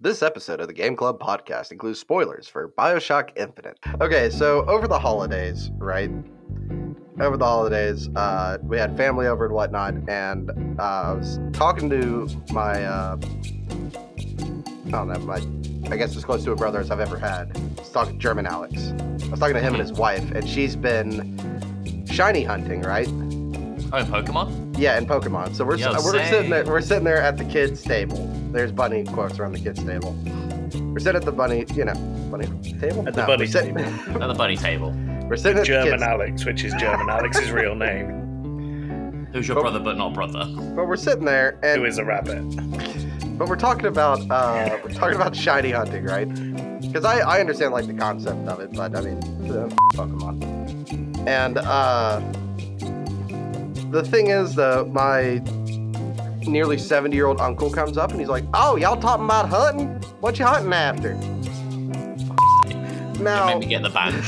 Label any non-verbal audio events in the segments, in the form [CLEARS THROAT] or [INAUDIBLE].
This episode of the Game Club podcast includes spoilers for Bioshock Infinite. Okay, so over the holidays, right? Over the holidays, uh, we had family over and whatnot, and uh, I was talking to my, uh, I don't know, my, I guess as close to a brother as I've ever had. I was talking to German Alex. I was talking to him and his wife, and she's been shiny hunting, right? Oh, in Pokemon? Yeah, in Pokemon. So we're, Yo, we're sitting same. there we're sitting there at the kids' table. There's bunny quotes around the kids' table. We're sitting at the bunny, you know, bunny table. At the No, bunny we're sitting, table. At the bunny table. [LAUGHS] We're sitting [LAUGHS] at the German kids, Alex, which is German Alex's real name, Who's your Oh. brother but not brother? but we're sitting there [LAUGHS] and who is a rabbit. but we're talking about uh, we're talking about shiny hunting, right? Because I, I understand like the concept of it, but I mean uh, Pokemon. And uh, the thing is, though, my nearly seventy year old uncle comes up and he's like, "Oh, y'all talking about hunting? What you hunting [LAUGHS] after?" It Now, made me get the banjo.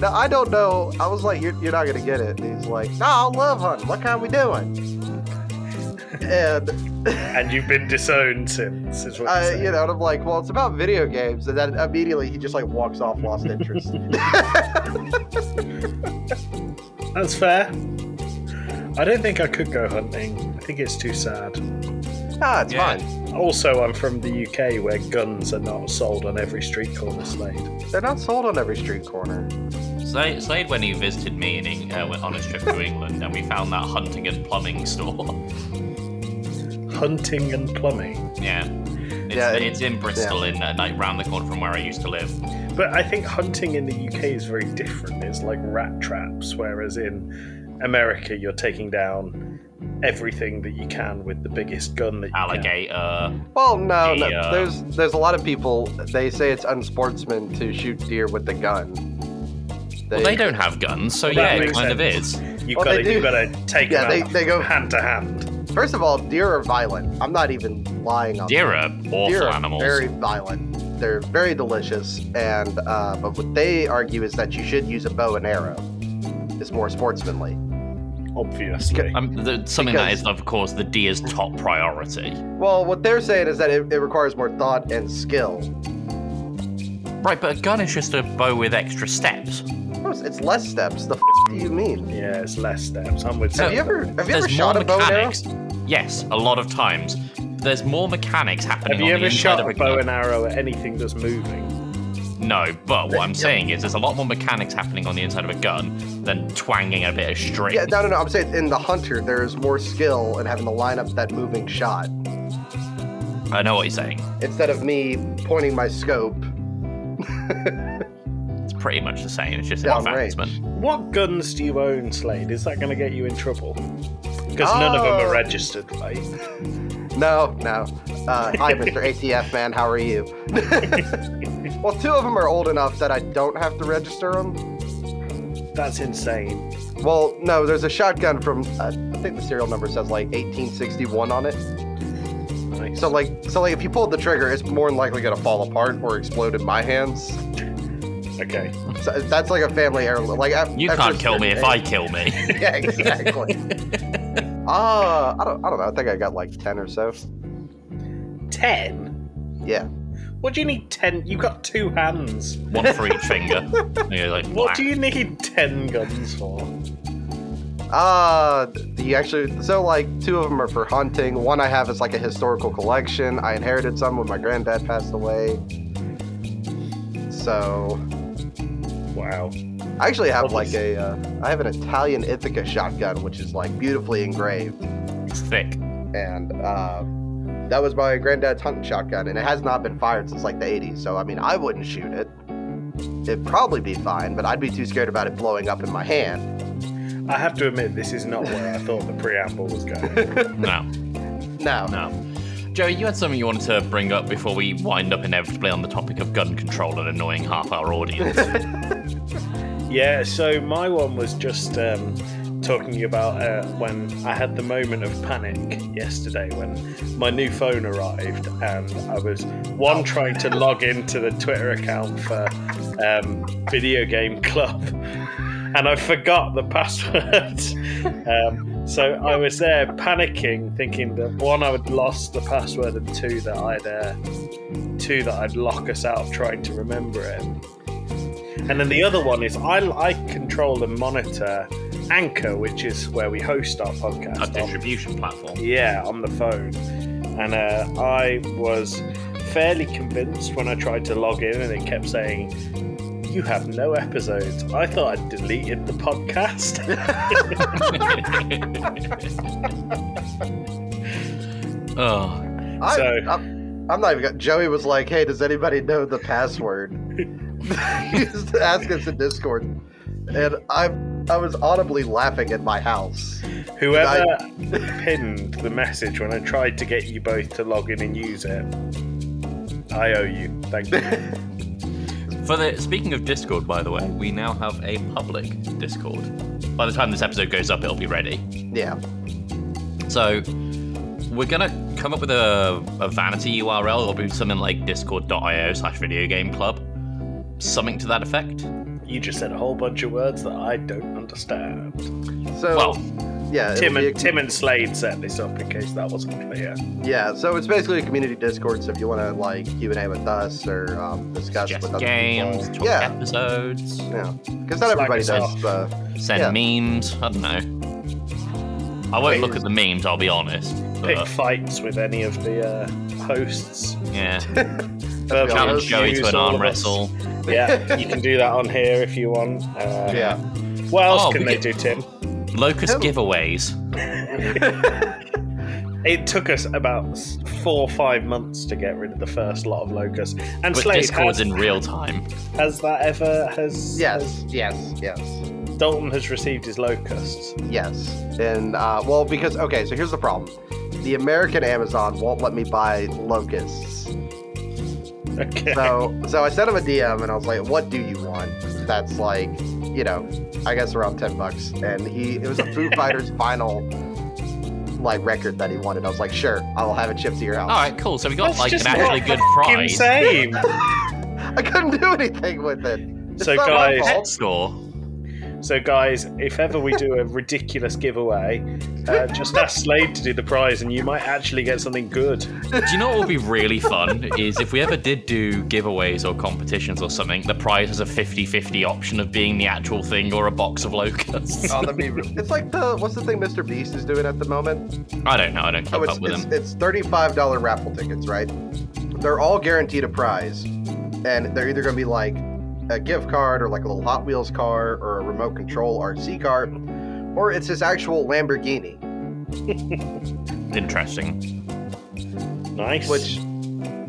now I don't know. I was like, "You're, you're not gonna get it." And he's like, "No, I love hunting. What kind we doing?" [LAUGHS] and And you've been disowned since, is what I, you Uh, you know, and I'm like, well, it's about video games, and then immediately he just like walks off, lost [LAUGHS] interest. That's fair. I don't think I could go hunting. I think it's too sad. ah, it's Yeah. fine. Also, I'm from the UK where guns are not sold on every street corner Slade. They're not sold on every street corner. Slade, Slade, when he visited me in, Eng- uh, went on his trip to England, and we found that hunting and plumbing [LAUGHS] store. Hunting and plumbing. yeah. It's, Yeah, it- it's in Bristol, in uh, like round the corner from where I used to live. But I think hunting in the UK is very different. It's like rat traps, whereas in America, you're taking down everything that you can with the biggest gun that you Alligator. Well, no, no. Yeah. There's there's a lot of people. They say it's unsportsman to shoot deer with the gun. They, Well, they don't have guns, so Well, yeah, that it makes kind of sense. is. can. You've Well, got they to you've do- got to take Yeah, they- them out they [LAUGHS] go- hand to hand. First of all, deer are violent. I'm not even lying on. Deer that. are awful Deer are animals. very violent. They're very delicious, and uh, but what they argue is that you should use a bow and arrow. It's more sportsmanly. Obviously, Um, the, something that Because- is, of course, the deer's top priority. Well, what they're saying is that it, it requires more thought and skill. Right, but a gun is just a bow with extra steps. Of course, it's less steps. The f- do you mean? yeah, it's less steps. I'm with. Have Sam. you ever have you There's ever shot more a bow and arrow? mechanics. Yes, a lot of times. There's more mechanics happening Have you on the ever inside shot of a a bow gun. and arrow at anything that's moving? No, but what I'm Yeah. saying is there's a lot more mechanics happening on the inside of a gun than twanging a bit of string. Yeah, no, no, no. I'm saying in the hunter, there is more skill in having to line up that moving shot I know what you're saying. instead of me pointing my scope It's pretty much the same. It's just an advancement. downrange. What guns do you own, Slade? Is that going to get you in trouble? Because none of them Oh. are registered, right? No, no. Uh, hi, [LAUGHS] Mr. ATF man. How are you? [LAUGHS] well, two of them are old enough that I don't have to register them. That's insane. Well, no, there's a shotgun from uh, I think the serial number says like 1861 on it. Nice. So like, so like, if you pulled the trigger, it's more than likely gonna fall apart or explode in my hands. Okay. So that's like a family heirloom. Like af- You after can't a kill me certain if I kill me. [LAUGHS] age- [LAUGHS] Yeah, exactly. uh, I don't, I don't know. I think I got like ten or so. Ten? Yeah. What do you need ten? You've got two hands. One for each finger. And you're like, What "Whack." do you need ten guns for? Uh, the actually, so like two of them are for hunting. One I have is like a historical collection. I inherited some when my granddad passed away. So Wow. I actually have Well, like this- a, uh, I have an Italian Ithaca shotgun, which is like beautifully engraved. It's thick. and uh, that was my granddad's hunting shotgun, and it has not been fired since like the 80s. So I mean, I wouldn't shoot it. It'd probably be fine, but I'd be too scared about it blowing up in my hand. I have to admit, this is not where I thought the preamble was going. No, No, no. Joey, you had something you wanted to bring up before we wind up inevitably on the topic of gun control and annoying half our audience. yeah. So my one was just um, talking about uh, when I had the moment of panic yesterday when my new phone arrived and I was one trying to log into the Twitter account for um, [LAUGHS] Video Game Club and I forgot the password. [LAUGHS] um, So I was there panicking, thinking that one, I had lost the password, and two, that I'd uh, two that I'd lock us out trying to remember it. And then the other one is I, I control and monitor Anchor, which is where we host our podcast. a on- distribution platform. yeah, on the phone. And uh, I was fairly convinced when I tried to log in and it kept saying, You have no episodes. I thought I'd deleted the podcast. [LAUGHS] [LAUGHS] oh, I, So- I'm, I'm not even. Got, Joey was like, "Hey, does anybody know the [LAUGHS] password?" [LAUGHS] he used to ask us in Discord, and I I was audibly laughing at my house. Whoever pinned the message when I tried to get you both to log in and use it, I owe you. Thank you. for the speaking of Discord, by the way, we now have a public Discord. By the time this episode goes up, it'll be ready. Yeah, So we're gonna come up with a, a vanity URL. It'll be something like discord.io slash video game club. Something to that effect. You just said a whole bunch of words that I don't understand. so Well, yeah, it'll Tim be a- and, Tim and Slade set this up in case that wasn't clear. yeah. So it's basically a community Discord. So if you want to like Q and A with us or um, discuss with suggest other games, people, talk yeah, episodes, yeah, because Slack not everybody us does. Uh, send memes. I don't know. I won't look at the memes. I'll be honest. pick But, fights with any of the uh, hosts. Uh, yeah, [LAUGHS] let's be Challenge challenge honest. Joey to use an all arm of us. wrestle. Yeah, you can do that on here if you want. Uh, Yeah, What else Oh, can we they could- do, Tim? Locust Who? giveaways. It took us about s- four or five months to get rid of the first lot of locusts. And But Slade, Discord's has, in real time. has that ever has? yes, yes, yes. has- Dalton has received his locusts. Yes. And, uh, well, because, okay, so here's the problem the American Amazon won't let me buy locusts. [LAUGHS] Okay. So, so I sent him a DM and I was like, what do you want? That's like, you know, I guess around 10 bucks. And he, it was a [LAUGHS] Foo Fighters vinyl, like, record that he wanted. I was like, sure, I'll have it shipped to your house. All right, cool. So we got That's like just an actually not good Fucking prize. Same. [LAUGHS] I couldn't do anything with it. It's So, not my guys- fault. Pet score. so, guys, if ever we do a ridiculous giveaway, uh, just ask Slade to do the prize, and you might actually get something good. Do you know what would be [LAUGHS] really fun is if we ever did do giveaways or competitions or something, the prize has a 50-50 option of being the actual thing or a box of locusts. Oh, that'd be re- [LAUGHS] it's like the what's the thing Mr. Beast is doing at the moment? I don't know, I don't keep Oh, it's up with it's, them. it's thirty-five dollar raffle tickets, right? They're all guaranteed a prize, and they're either going to be like a gift card or like a little Hot Wheels car or a remote control RC car, or it's his actual Lamborghini, Interesting. Nice. which.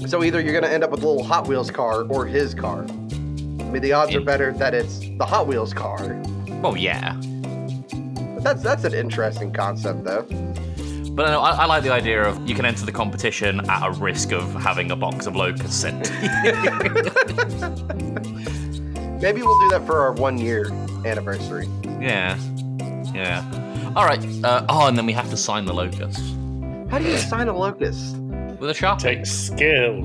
So either you're going to end up with a little Hot Wheels car or his car. I mean, the odds are In- better that it's the Hot Wheels car. Well, yeah. But that's that's an interesting concept, though. But I, know, I, I like the idea of you can enter the competition at a risk of having a box of locusts sent. to you. [LAUGHS] Maybe we'll do that for our one year anniversary. yeah. Yeah. All right. Uh, oh, and then we have to sign the locusts How do you sign a locust? with a sharpie. takes skill.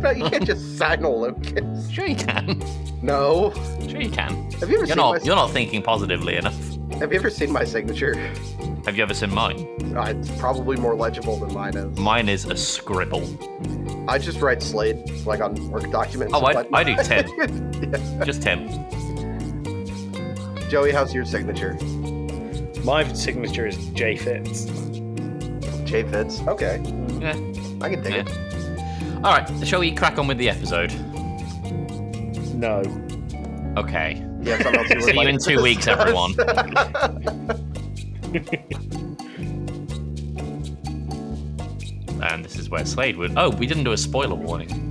No, you can't [LAUGHS] just sign a locust. Sure you can. No. Sure you can. Have you ever You're seen not. my, You're not thinking positively enough. Have you ever seen my signature? Have you ever seen mine? Uh, it's probably more legible than mine is. Mine is a scribble. I just write Slade like on work documents. Oh, I, but- [LAUGHS] I do Tim. Just Tim. Joey, how's your signature? My signature is JFits. J Fitz. Okay, Yeah. I can take yeah. it. All right, shall we crack on with the episode? No. Okay. Yeah, something [LAUGHS] else you would See like you in to two weeks, discuss. everyone. And this is where Slade would. Oh, we didn't do a spoiler warning.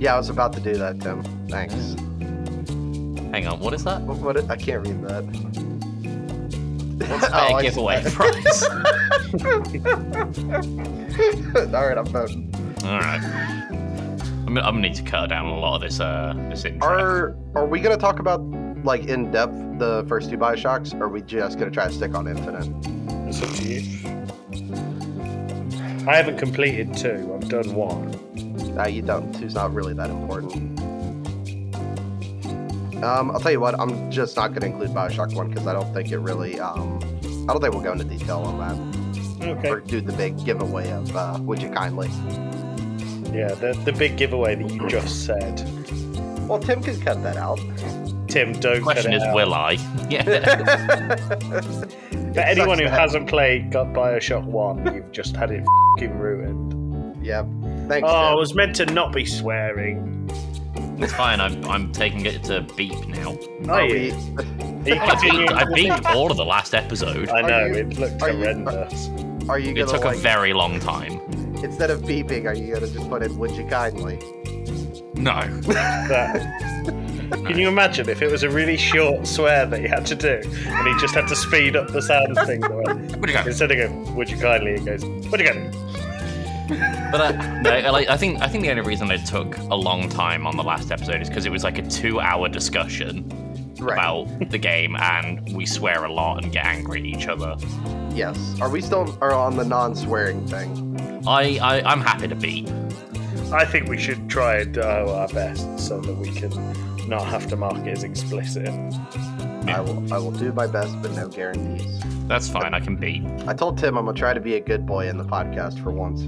[LAUGHS] yeah, I was about to do that, Tim. Thanks. Hang on, what is that? What, what, I can't read that. [LAUGHS] What's Oh, their I see giveaway prize? [LAUGHS] All right, I'm voting. All right. I'm, gonna- I'm gonna need to cut down a lot of this. Uh, this intro. Are Are we gonna talk about like in depth the first two Bioshocks? Or are we just gonna try to stick on Infinite? It's up to you. I haven't completed two. I've done one. Uh, you don't. Two's not really that important. Um, I'll tell you what. I'm just not going to include Bioshock One because I don't think it really. Um, I don't think we'll go into detail kill on that, Okay. or do the big giveaway of uh, "Would you kindly." Yeah, the, the big giveaway that you just said. Well, Tim can cut that out. Tim, don't The question cut is, it out. will I? [LAUGHS] Yeah. For anyone sucks who that- hasn't played Got Bioshock 1, you've just had it fing ruined. yep. Thanks. Oh, I Tim. was meant to not be swearing. it's fine. I'm, I'm taking it to beep now. Are Are we- you? Are you I beat, continuing I to beat think? all of the last [LAUGHS] episode. I know, Are you- it looked are you- horrendous. Are you It gonna took a like, very long time. instead of beeping? Are you gonna just put in "Would you kindly"? No. That. [LAUGHS] Can you imagine if it was a really short swear that you had to do, and he just had to speed up the sound thing? that- Where'd you go? Instead of going, "Would you kindly," it goes, "Would you kindly?" But I, no, I like, I think I think the only reason it took a long time on the last episode is because it was like a two-hour discussion Right. about the game, and we swear a lot and get angry at each other. Yes. Are we still are on the non-swearing thing? I, I I'm happy to beep. I think we should try and do our best so that we can not have to mark it as explicit. I will. I will do my best, but no guarantees. That's fine. I can beep I told Tim I'm gonna try to be a good boy in the podcast for once.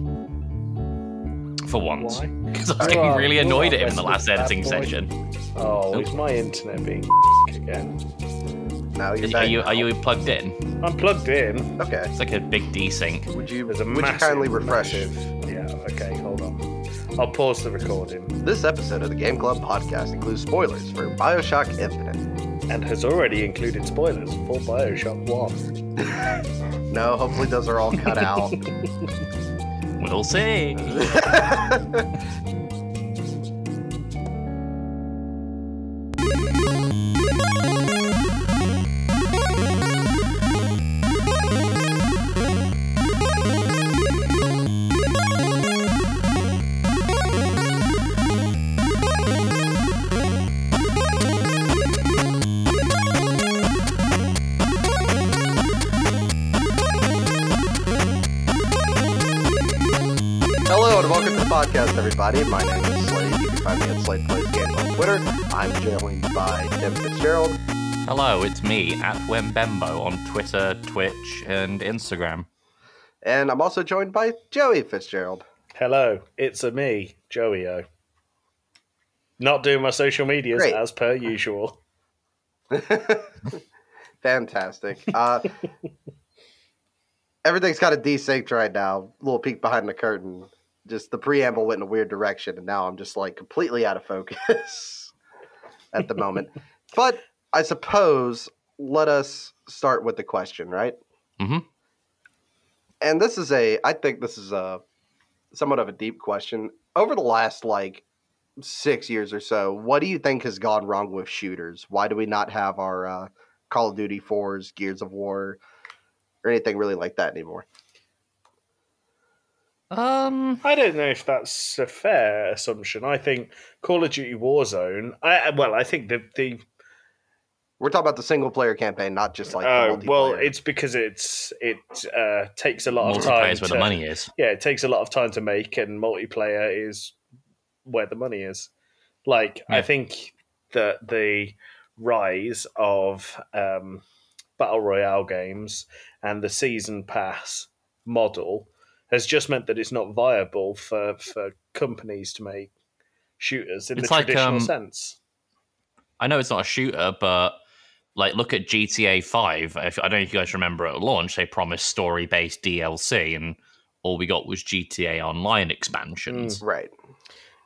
for once Why? because I was You getting are- really you annoyed are at him in the restless last editing bad boy. session. Oh, Nope. is my internet being [LAUGHS] again? Now you're Are back you now. are you plugged in? I'm plugged in. Okay. It's like a big desync. Would you? There's a Would you massive, kindly refresh? massive- Yeah. Okay. Hold on. I'll pause the recording This episode of the Game Club podcast includes spoilers for Bioshock Infinite. and has already included spoilers for Bioshock One. No, hopefully those are all cut out. We'll see. Hello and welcome to the podcast, everybody. My name is Slade. You can find me at Slade Plays Games on Twitter. I'm joined by Tim Fitzgerald. Hello, it's me at Wembembo on Twitter, Twitch, and Instagram. And I'm also joined by Joey Fitzgerald. Hello, it's a me, Joey O. Not doing my social medias Great. as per usual. Fantastic. Uh, everything's kind of desynced right now. little peek behind the curtain. Just the preamble went in a weird direction, and now I'm just like completely out of focus [LAUGHS] at the moment. but I suppose let us start with the question, right? Mhm. And this is a, I think this is a somewhat of a deep question. Over the last like six years or so, what do you think has gone wrong with shooters? Why do we not have our uh, Call of Duty 4s, Gears of War, or anything really like that anymore? Um, I don't know if that's a fair assumption. I think Call of Duty Warzone. I, well, I think the the We're talking about the single player campaign, not just like the oh well, multiplayer. it's because it's it uh, takes a lot of multiplayer time. is where to- the money is. yeah, it takes a lot of time to make, and multiplayer is where the money is. Like, I Yeah. think that the rise of um, battle royale games and the season pass model has just meant that it's not viable for for companies to make shooters in It's the like, traditional um, sense. I know it's not a shooter, but like look at GTA Five. If, I don't know if you guys remember at launch, they promised story based DLC, and all we got was GTA Online expansions. Mm. right.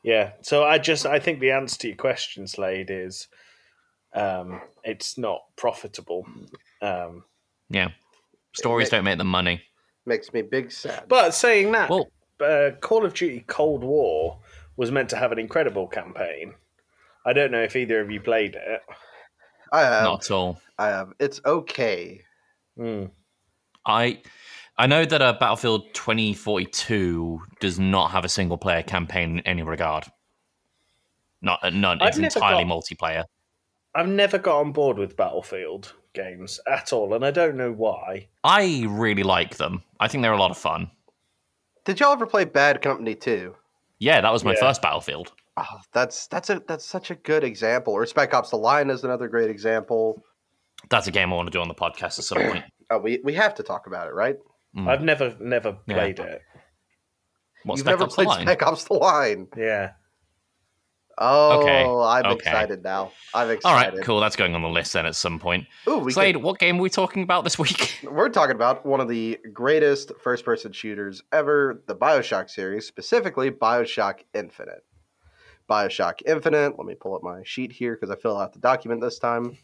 Yeah. So I just I think the answer to your question, Slade, is um, it's not profitable. Um, Yeah, stories They- don't make the money. Makes me big sad. But saying that, Well- uh, Call of Duty Cold War was meant to have an incredible campaign. I don't know if either of you played it. I have, Um, not at all. I have. It's okay. Hmm. Mm. I I know that uh, Battlefield 2042 does not have a single player campaign in any regard. Not uh, none. I've It's never entirely got- multiplayer. I've never got on board with Battlefield games at all, and I don't know why. I really like them. I think they're a lot of fun. Did y'all ever play Bad Company 2? Yeah, that was my Yeah. first Battlefield. Oh, that's that's a that's such a good example. Or Spec Ops: The Line is another great example. [CLEARS THROAT] That's a game I want to do on the podcast at some point. Oh, we we have to talk about it, right? Mm. I've never never Yeah. played it. What's You've Spec never Ops The played Line? Spec Ops: The Line. Yeah. Oh, Okay, I'm okay. excited now. I'm All right, excited. cool. That's going on the list then at some point. Ooh, we Slade, what game are we talking about this week? [LAUGHS] could- we're talking about one of the greatest first-person shooters ever, the BioShock series, specifically BioShock Infinite. BioShock Infinite. Let me pull up my sheet here because I filled out the document this time.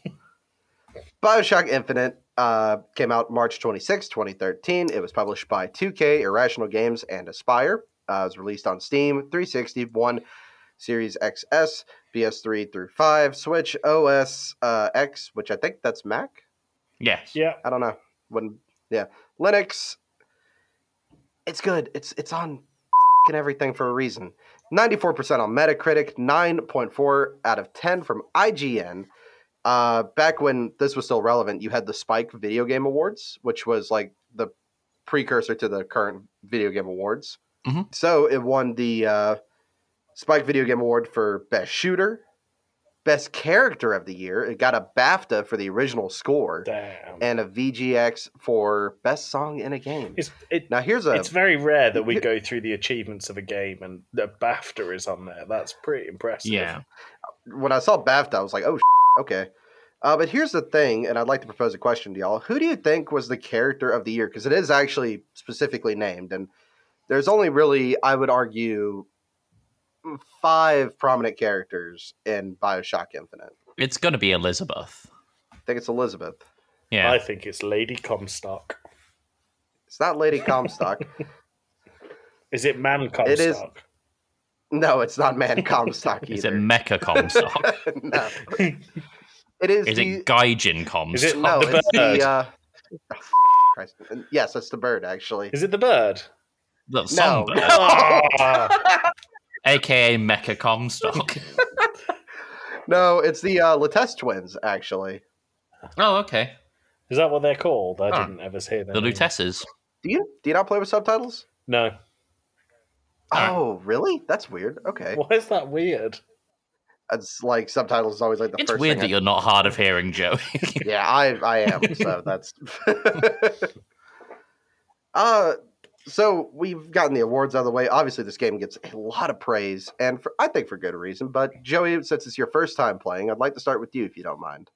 BioShock Infinite uh, came out March 26, 2013. It was published by 2K, Irrational Games, and Aspire. Uh, it was released on Steam, 360, One, Series XS, PS3 through 5, Switch, OS uh, X, which I think that's Mac. yes. Yeah. I don't know. When yeah, Linux. It's good. It's it's on and everything for a reason. Ninety four percent on Metacritic, nine point four out of ten from IGN. Uh, back when this was still relevant, you had the Spike Video Game Awards, which was like the precursor to the current Video Game Awards. Mhm. So it won the uh, Spike Video Game Award for Best Shooter, Best Character of the Year. It got a BAFTA for the original score Damn. and a VGX for best song in a game. It's it, Now here's a it's very rare that we go through the achievements of a game and the BAFTA is on there. That's pretty impressive. Yeah. when I saw BAFTA, I was like, oh, okay. Uh, but here's the thing, and I'd like to propose a question to y'all. Who do you think was the character of the year? Because it is actually specifically named, and there's only really, I would argue, mm, five prominent characters in Bioshock Infinite. It's going to be Elizabeth. I think it's Elizabeth. Yeah. I think it's Lady Comstock. It's not [LAUGHS] Lady Comstock. Is it Man Comstock? [LAUGHS] It is- no, it's not Man Comstock either. Is it Mecha Comstock? no. It [LAUGHS] is. Is the- it Gaijin Comstock? Is it No, the it's bird. the. Uh, Christ. Yes, it's the bird. Actually, Is it [LAUGHS] the bird? The Songbird, Oh! Ah! aka [LAUGHS] Mecha Comstock. no, it's the uh, Latest twins. Actually, oh, okay. is that what they're called? I Huh. didn't ever hear that. The Lutesses. do you do you not play with subtitles? No. Alright. Oh, really? That's weird. Okay, Why is that weird? it's like subtitles is always like the It's first. weird that thing you're not hard of [LAUGHS] hearing, Joey. I- yeah, I I am. [LAUGHS] So that's. [LAUGHS] uh, so we've gotten the awards out of the way. Obviously, this game gets a lot of praise, and for, I think for good reason. But Joey, since it's your first time playing, I'd like to start with you, if you don't mind,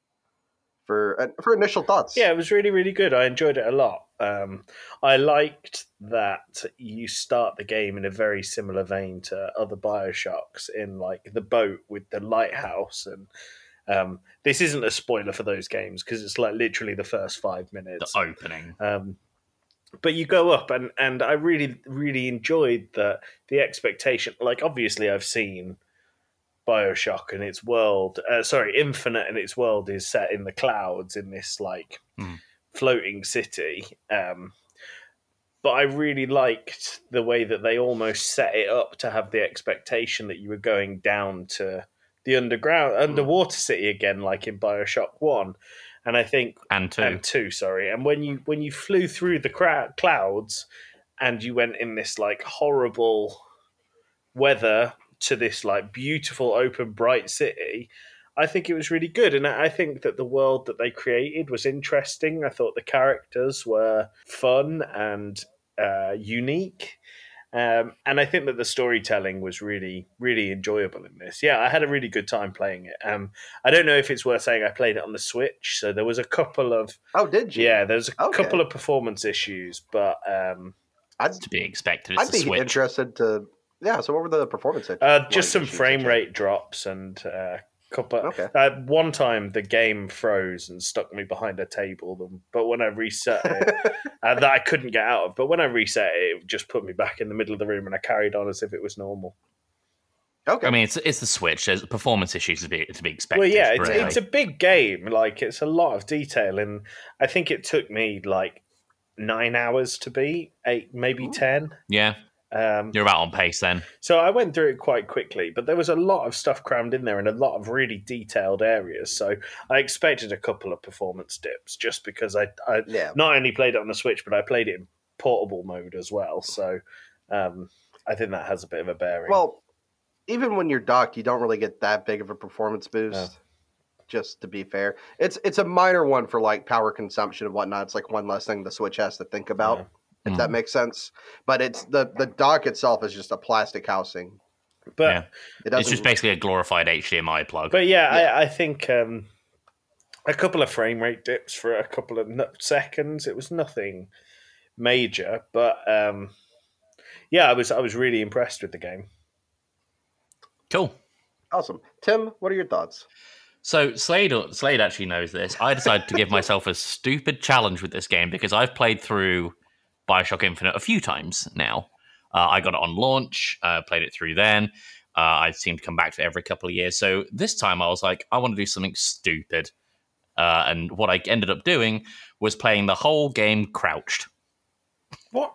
for uh, for initial thoughts. Yeah, it was really, really good. I enjoyed it a lot. Um, I liked that you start the game in a very similar vein to other Bioshocks in like the boat with the lighthouse. And um, this isn't a spoiler for those games because it's like literally the first five the minutes. opening. Um, but you go up, and and I really really enjoyed the the expectation. Like obviously, I've seen Bioshock and its world. Uh, sorry, Infinite and its world is set in the clouds in this like Mm. floating city. Um, but I really liked the way that they almost set it up to have the expectation that you were going down to the underground underwater city again, like in Bioshock One. And I think And two. and Um, two, sorry. And when you when you flew through the crowd, clouds, and you went in this like horrible weather to this like beautiful, open, bright city, I think it was really good. And I I think that the world that they created was interesting. I thought the characters were fun and uh, unique. Um, and I think that the storytelling was really, really enjoyable in this. Yeah, I had a really good time playing it. Um, I don't know if it's worth saying I played it on the Switch, so there was a couple of Oh, did you? yeah, there's a Okay. couple of performance issues, but um, I'd, to be expected. It's I'd a be switch. interested to. Yeah. So what were the performance? issues? uh, Like, just some issues, frame okay. rate drops and uh, couple. Okay. Uh, one time the game froze and stuck me behind a table, but when I reset it, [LAUGHS] uh, that I couldn't get out of. But when I reset it, it just put me back in the middle of the room, and I carried on as if it was normal. Okay. I mean, it's it's the switch. There's performance issues to be to be expected. Well, yeah, it's, really. it's a big game. Like, it's a lot of detail, and I think it took me like nine hours to beat, eight, maybe Ooh. ten. yeah. Um, You're about on pace then. so I went through it quite quickly, but there was a lot of stuff crammed in there and a lot of really detailed areas. So I expected a couple of performance dips just because I, I yeah. not only played it on the Switch, but I played it in portable mode as well. So um, I think that has a bit of a bearing. Well, even when you're docked, you don't really get that big of a performance boost. just to be fair. It's it's a minor one for like power consumption and whatnot. It's like one less thing the Switch has to think about, if Mm. that makes sense. But it's the the dock itself is just a plastic housing. But Yeah. It doesn't It's just basically a glorified HDMI plug. But yeah, Yeah. I, I think um, a couple of frame rate dips for a couple of n- seconds. It was nothing major, but um, yeah, I was I was really impressed with the game. cool. awesome. Tim, what are your thoughts? So Slade, Slade actually knows this. I decided to give myself a stupid challenge with this game because I've played through Bioshock Infinite a few times now. Uh, I got it on launch, uh, played it through then. Uh, I seem to come back to it every couple of years. So this time I was like, I want to do something stupid. Uh, and what I ended up doing was playing the whole game crouched. What?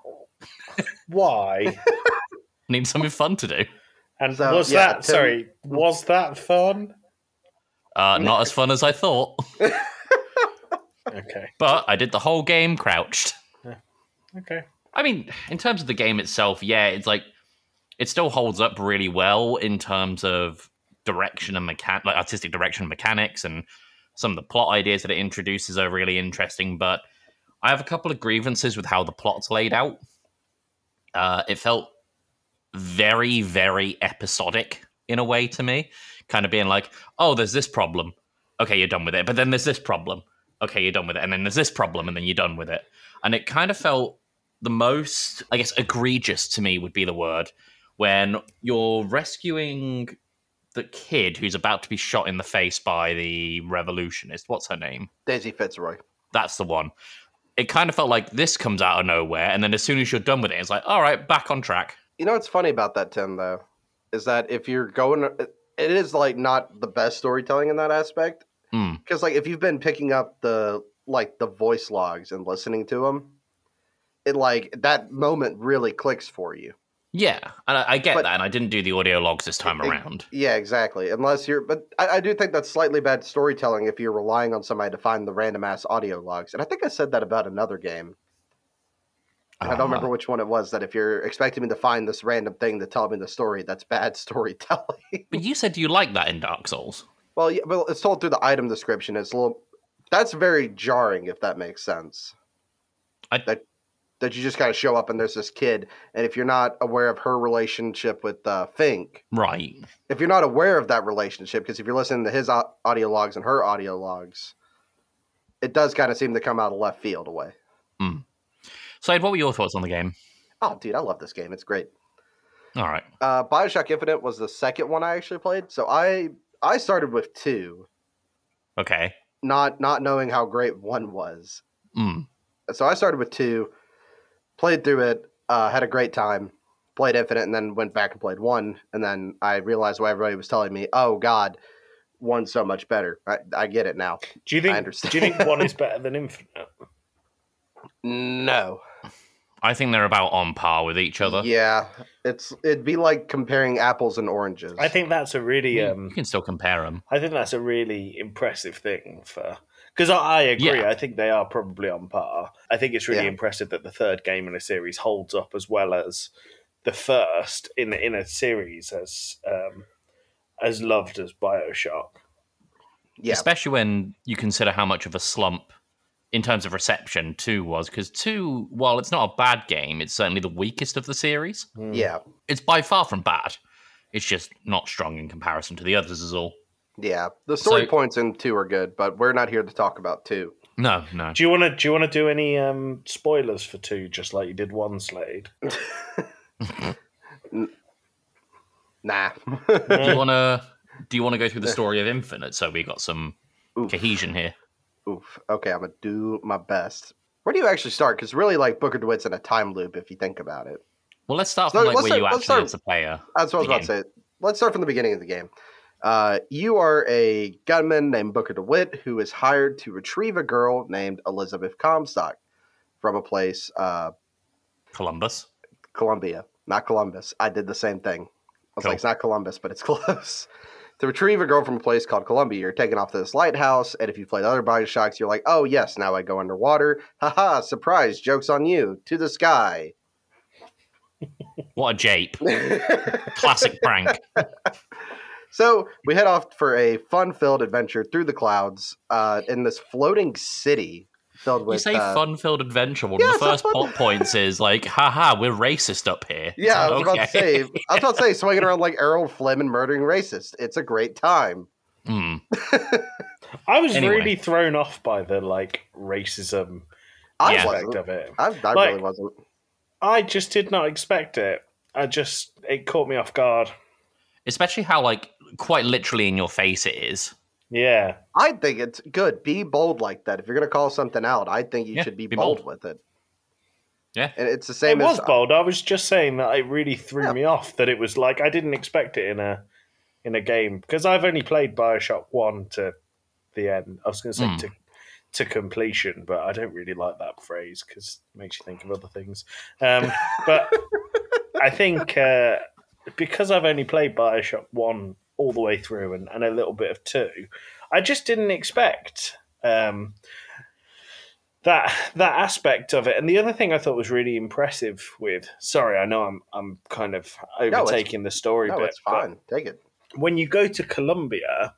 Why? Need something fun to do. And So, was yeah, that Tim- sorry? Was that fun? Uh, not as fun as I thought, Okay, but I did the whole game crouched. okay. I mean, in terms of the game itself, yeah, it's like it still holds up really well in terms of direction and mechan- like artistic direction and mechanics and some of the plot ideas that it introduces are really interesting, but I have a couple of grievances with how the plot's laid out. Uh, it felt very, very episodic in a way to me, kind of being like, oh, there's this problem. Okay, you're done with it. But then there's this problem. Okay, you're done with it. And then there's this problem, and then you're done with it. And it kind of felt the most, I guess, egregious to me would be the word when you're rescuing the kid who's about to be shot in the face by the revolutionist. What's her name? Daisy Fitzroy. That's the one. It kind of felt like this comes out of nowhere, and then as soon as you're done with it, it's like, all right, back on track. You know what's funny about that, Tim, though, is that if you're going, it is like not the best storytelling in that aspect. Mm. Because like if you've been picking up the like the voice logs and listening to them, it like that moment really clicks for you. Yeah, and I, I get But- that, and I didn't do the audio logs this time It- around. Yeah, exactly. Unless you're, but I, I do think that's slightly bad storytelling if you're relying on somebody to find the random ass audio logs. And I think I said that about another game. I don't Ah. remember which one it was. That if you're expecting me to find this random thing to tell me the story, that's bad [LAUGHS] storytelling. But you said you like that in Dark Souls. Well, yeah, well, it's told through the item description. It's a little. That's very jarring, if that makes sense. I- that that you just kind of show up and there's this kid, and if you're not aware of her relationship with uh, Fink, Right. if you're not aware of that relationship, because if you're listening to his au- audio logs and her audio logs, it does kind of seem to come out of left field away. Slade, what were your thoughts on the game? Oh, dude, I love this game. It's great. All right. uh, Bioshock Infinite was the second one I actually played, so I I started with two, Okay. not not knowing how great one was. Mm. So I started with two, played through it, uh, had a great time, played Infinite, and then went back and played one, and then I realized why everybody was telling me, "Oh God, one's so much better." I, I get it now. Do you I think? understand. Do you think one is better than Infinite? No, I think they're about on par with each other. yeah, it's it'd be like comparing apples and oranges. I think that's a really Hmm. You- um, you can still compare them. I think that's a really impressive thing for because I, I agree. Yeah. I think they are probably on par. I think it's really Yeah. impressive that the third game in a series holds up as well as the first in in a series as um, as loved as Bioshock. yeah, especially when you consider how much of a slump in terms of reception two was because two while it's not a bad game it's certainly the weakest of the series Mm. yeah, it's by far from bad it's just not strong in comparison to the others is all yeah. The story So- points in two are good, but we're not here to talk about two. no no Do you want to do you want to do any um, spoilers for two, just like you did one, Slade? Nah. [LAUGHS] do you want to do you want to go through the story of infinite so we got some Oof. cohesion here Oof. Okay, I'm gonna do my best. Where do you actually start? Because really, like Booker DeWitt's in a time loop if you think about it. well let's start So from like let's start- where you let's actually start- as a player That's what I was about to say. Let's start from the beginning of the game. Uh, you are a gunman named Booker DeWitt who is hired to retrieve a girl named Elizabeth Comstock from a place, uh, columbus Columbia, not Columbus. I did the same thing. I was Cool. like, it's not Columbus, but it's [LAUGHS] close. to retrieve a girl from a place called Columbia, you're taken off to this lighthouse, and if you played other Bioshocks, you're like, oh yes, now I go underwater. Haha, surprise, joke's on you. To the sky. [LAUGHS] what a jape classic prank So we head off for a fun-filled adventure through the clouds uh, in this floating city filled with. you say uh, fun-filled adventure. One yeah, of it's the a first fun- [LAUGHS] plot points is like, haha, we're racist up here. It's Yeah, I like, was about to say. okay. I was about to say swinging around like Errol Flynn and murdering racists. It's a great time. [LAUGHS] Hmm. I was Anyway. really thrown off by the like racism I Yeah. wasn't. aspect of it. I, I Like- really wasn't. I just did not expect it. I just it caught me off guard. Especially how like quite literally in your face it is. Yeah, I think it's good. Be bold like that. If you're gonna call something out, I think you Yeah, should be, be bold, bold. with it. Yeah. and it's the same it was as uh, bold. I was just saying that it really threw Yeah. me off. That it was like I didn't expect it in a in a game because I've only played Bioshock One to the end. I was going to say Hmm. to to completion, but I don't really like that phrase because it makes you think of other things. Um, [LAUGHS] but I think uh, because I've only played Bioshock One all the way through and, and a little bit of two, I just didn't expect um, that that aspect of it. And the other thing I thought was really impressive with sorry, I know I'm I'm kind of it's- overtaking the story no, bit. oh, it's fine. Take it. But when you go to Colombia,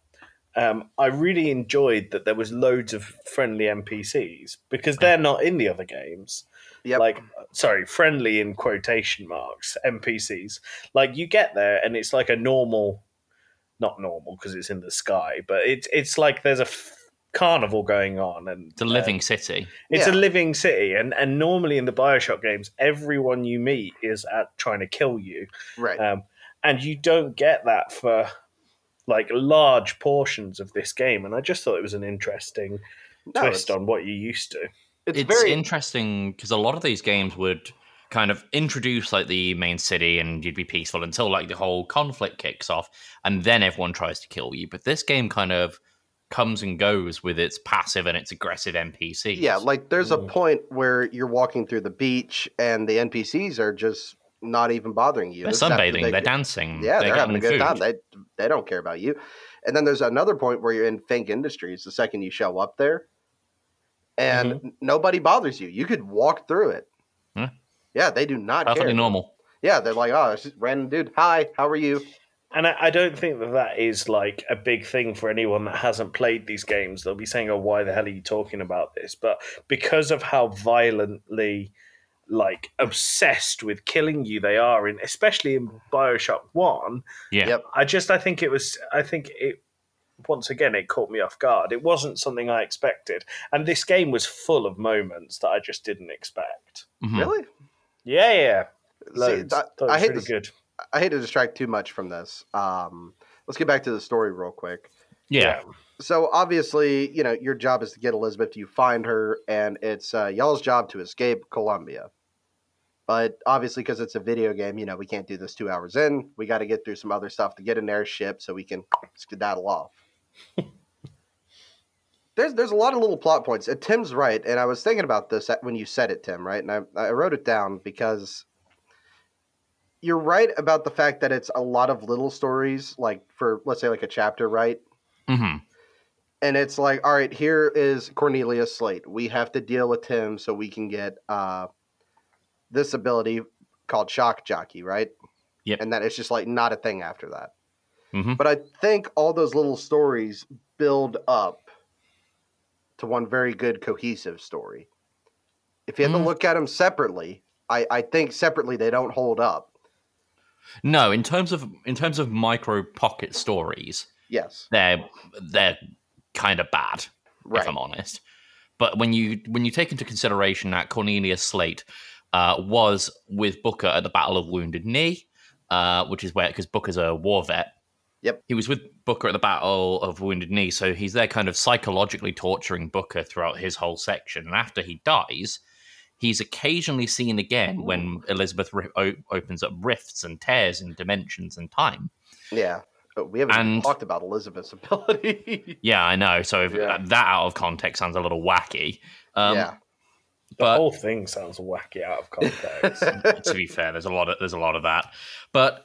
um, I really enjoyed that there was loads of friendly NPCs because Mm. they're not in the other games Yep. like sorry friendly in quotation marks npcs like you get there and it's like a normal not normal because it's in the sky but it's it's like there's a f- carnival going on and It's a uh, living city. it's Yeah. a living city and and normally in the bioshock games everyone you meet is at trying to kill you right. um, and you don't get that for like large portions of this game and i just thought it was an interesting No, twist it's, on what you used to it's It's, very interesting because a lot of these games would kind of introduce like the main city and you'd be peaceful until like the whole conflict kicks off and then everyone tries to kill you. But this game kind of comes and goes with its passive and its aggressive NPCs. yeah. Like there's a Mm. point where you're walking through the beach and the NPCs are just not even bothering you. they're This is after sunbathing, they- they, are dancing. Yeah, they're, having a getting good time. food. They they don't care about you. And then there's another point where you're in Fink Industries the second you show up there, and Mm-hmm. n- nobody bothers you. You could walk through it. Yeah. Yeah, they do not Perfectly care. normal. Yeah, they're like, oh, it's just random dude. Hi, how are you? And I, I don't think that that is like a big thing for anyone that hasn't played these games. They'll be saying, "Oh, why the hell are you talking about this?" But because of how violently, like, obsessed with killing you they are in, especially in Bioshock One, Yeah. Yep. I just, I think it was, I think it. Once again, it caught me off guard. It wasn't something I expected, and this game was full of moments that I just didn't expect. Mhm. Really? Yeah, yeah, See, loads. I, Thought it I was hate really to, good. I hate to distract too much from this. Um, let's get back to the story real quick. Yeah. so obviously, you know, your job is to get Elizabeth. You find her, and it's uh, y'all's job to escape Columbia. But obviously, because it's a video game, you know, we can't do this two hours in. We got to get through some other stuff to get an airship so we can skedaddle off. there's there's a lot of little plot points. And Tim's right, and I was thinking about this at- when you said it, Tim. Right, and I, I wrote it down because you're right about the fact that it's a lot of little stories, like for let's say like a chapter, right? hmm and it's like, all right, here is Cornelius Slate. We have to deal with him so we can get uh, this ability called Shock Jockey, right? Yep. And that it's just like not a thing after that. Mhm. But I think all those little stories build up to one very good cohesive story. If you had to Mm. look at them separately, I, I think separately they don't hold up. No, in terms of in terms of micro pocket stories, Yes. they're they're kind of bad. Right. if I'm honest. But when you when you take into consideration that Cornelius Slate uh, was with Booker at the Battle of Wounded Knee, uh, which is where because Booker's a war vet. Yep. he was with Booker at the Battle of Wounded Knee, so he's there kind of psychologically torturing Booker throughout his whole section. And after he dies, he's occasionally seen again when Elizabeth ri- o- opens up rifts and tears in dimensions and time. Yeah. But we haven't even And- talked about Elizabeth's [LAUGHS] ability. Yeah, I know. So if Yeah. that out of context sounds a little wacky. Um, yeah. The but- whole thing sounds wacky out of [LAUGHS] context. to be fair, there's a lot of there's a lot of that. But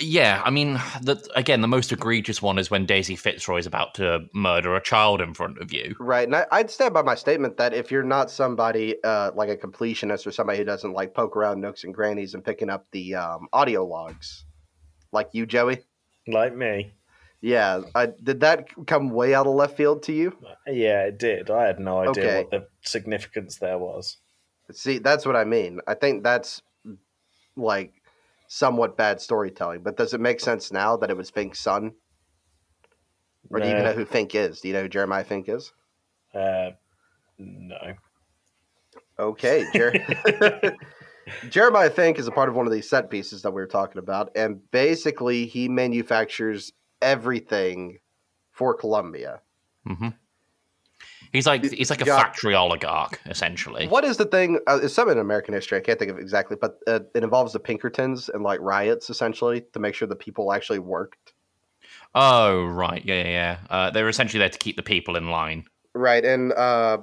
yeah, I mean, the, again, the most egregious one is when Daisy Fitzroy's about to murder a child in front of you. Right, and I, I'd stand by my statement that if you're not somebody uh, like a completionist or somebody who doesn't like poke around nooks and grannies and picking up the um, audio logs, like you, Joey, like me. Yeah, I, did that come way out of left field to you? Yeah, it did. I had no idea Okay. what the significance there was. See, that's what I mean. I think that's like somewhat bad storytelling. But does it make sense now that it was Fink's son? Or do you even No. know who Fink is? Do you know who Jeremiah Fink is? Uh, no. Okay, Jer- [LAUGHS] Jeremiah Fink is a part of one of these set pieces that we were talking about, and basically he manufactures everything for Columbia. hmm He's like he's like a Yeah. factory oligarch, essentially. What is the thing? Uh, it's something in American history. I can't think of it exactly, but uh, it involves the Pinkertons and like riots essentially to make sure the people actually worked. Oh right, yeah, yeah. yeah. Uh, they're essentially there to keep the people in line, Right, and uh,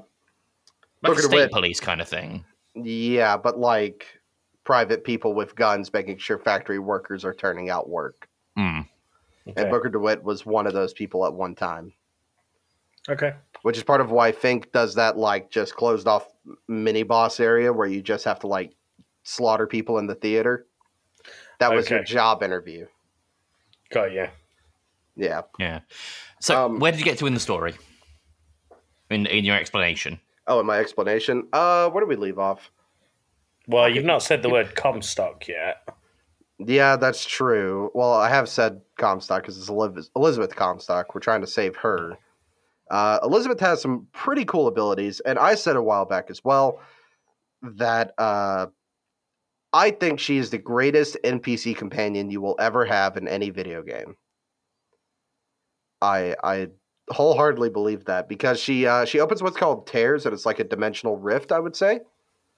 like Look a at state Whit. police kind of thing. yeah, but like private people with guns making sure factory workers are turning out work. Mm. And Okay. Booker DeWitt was one of those people at one time, okay. which is part of why Fink does that like just closed off mini boss area where you just have to like slaughter people in the theater. That was your Okay. job interview. Got you. Yeah. Yeah. So Um, where did you get to in the story? In in your explanation. Oh, and my explanation. Uh, where did we leave off? Well, you've not said the word Comstock yet. Yeah, that's true. Well, I have said Comstock because it's Eliz- Elizabeth Comstock. We're trying to save her. Uh, Elizabeth has some pretty cool abilities, and I said a while back as well that uh, I think she is the greatest NPC companion you will ever have in any video game. I I wholeheartedly believe that because she uh, she opens what's called tears, and it's like a dimensional rift, I would say,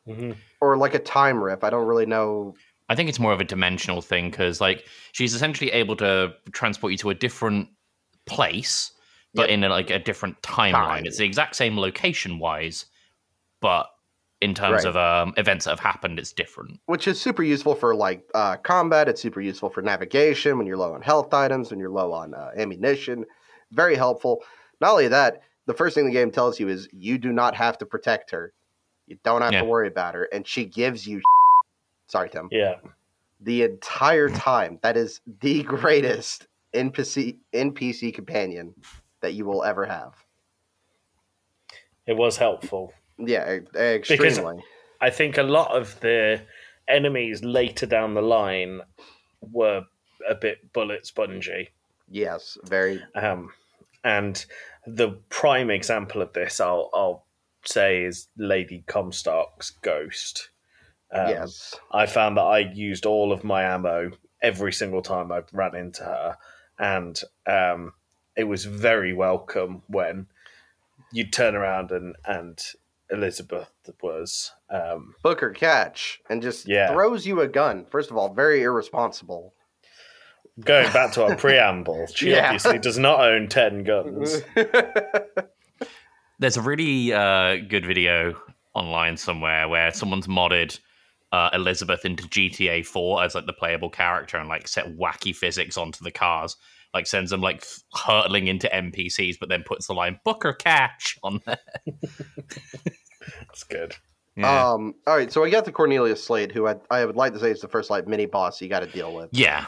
Mhm. or like a time rift. I don't really know I think it's more of a dimensional thing because like she's essentially able to transport you to a different place, but in a, like a different timeline. Time. It's the exact same location wise, but in terms Right. of um, events that have happened, it's different. which is super useful for like uh, combat. It's super useful for navigation when you're low on health items, when you're low on uh, ammunition. Very helpful. Not only that, the first thing the game tells you is you do not have to protect her. You don't have Yeah. to worry about her, and she gives you. [LAUGHS] Sorry, Tim. Yeah. The entire time. That is the [LAUGHS] greatest NPC NPC companion that you will ever have. It was helpful. Yeah, e- extremely. I think a lot of the enemies later down the line were a bit bullet spongy. yes, very. Um, and the prime example of this, I'll, I'll say, is Lady Comstock's ghost. Um, yes. I found that I used all of my ammo every single time I ran into her, and um, it was very welcome when you'd turn around and and Elizabeth was um, Booker catch and just Yeah. throws you a gun. First of all, very [LAUGHS] irresponsible. going back to our preamble. She Yeah. obviously does not own [LAUGHS] ten guns. There's a really uh, good video online somewhere where someone's modded uh, Elizabeth into GTA 4 as like the playable character and like set wacky physics onto the cars. Like sends them like f- hurtling into NPCs, but then puts the line "Booker catch" on there. That's good. Yeah, Um. All right. So I got the Cornelius Slade, who I, I would like to say is the first like mini boss you got to deal with, yeah.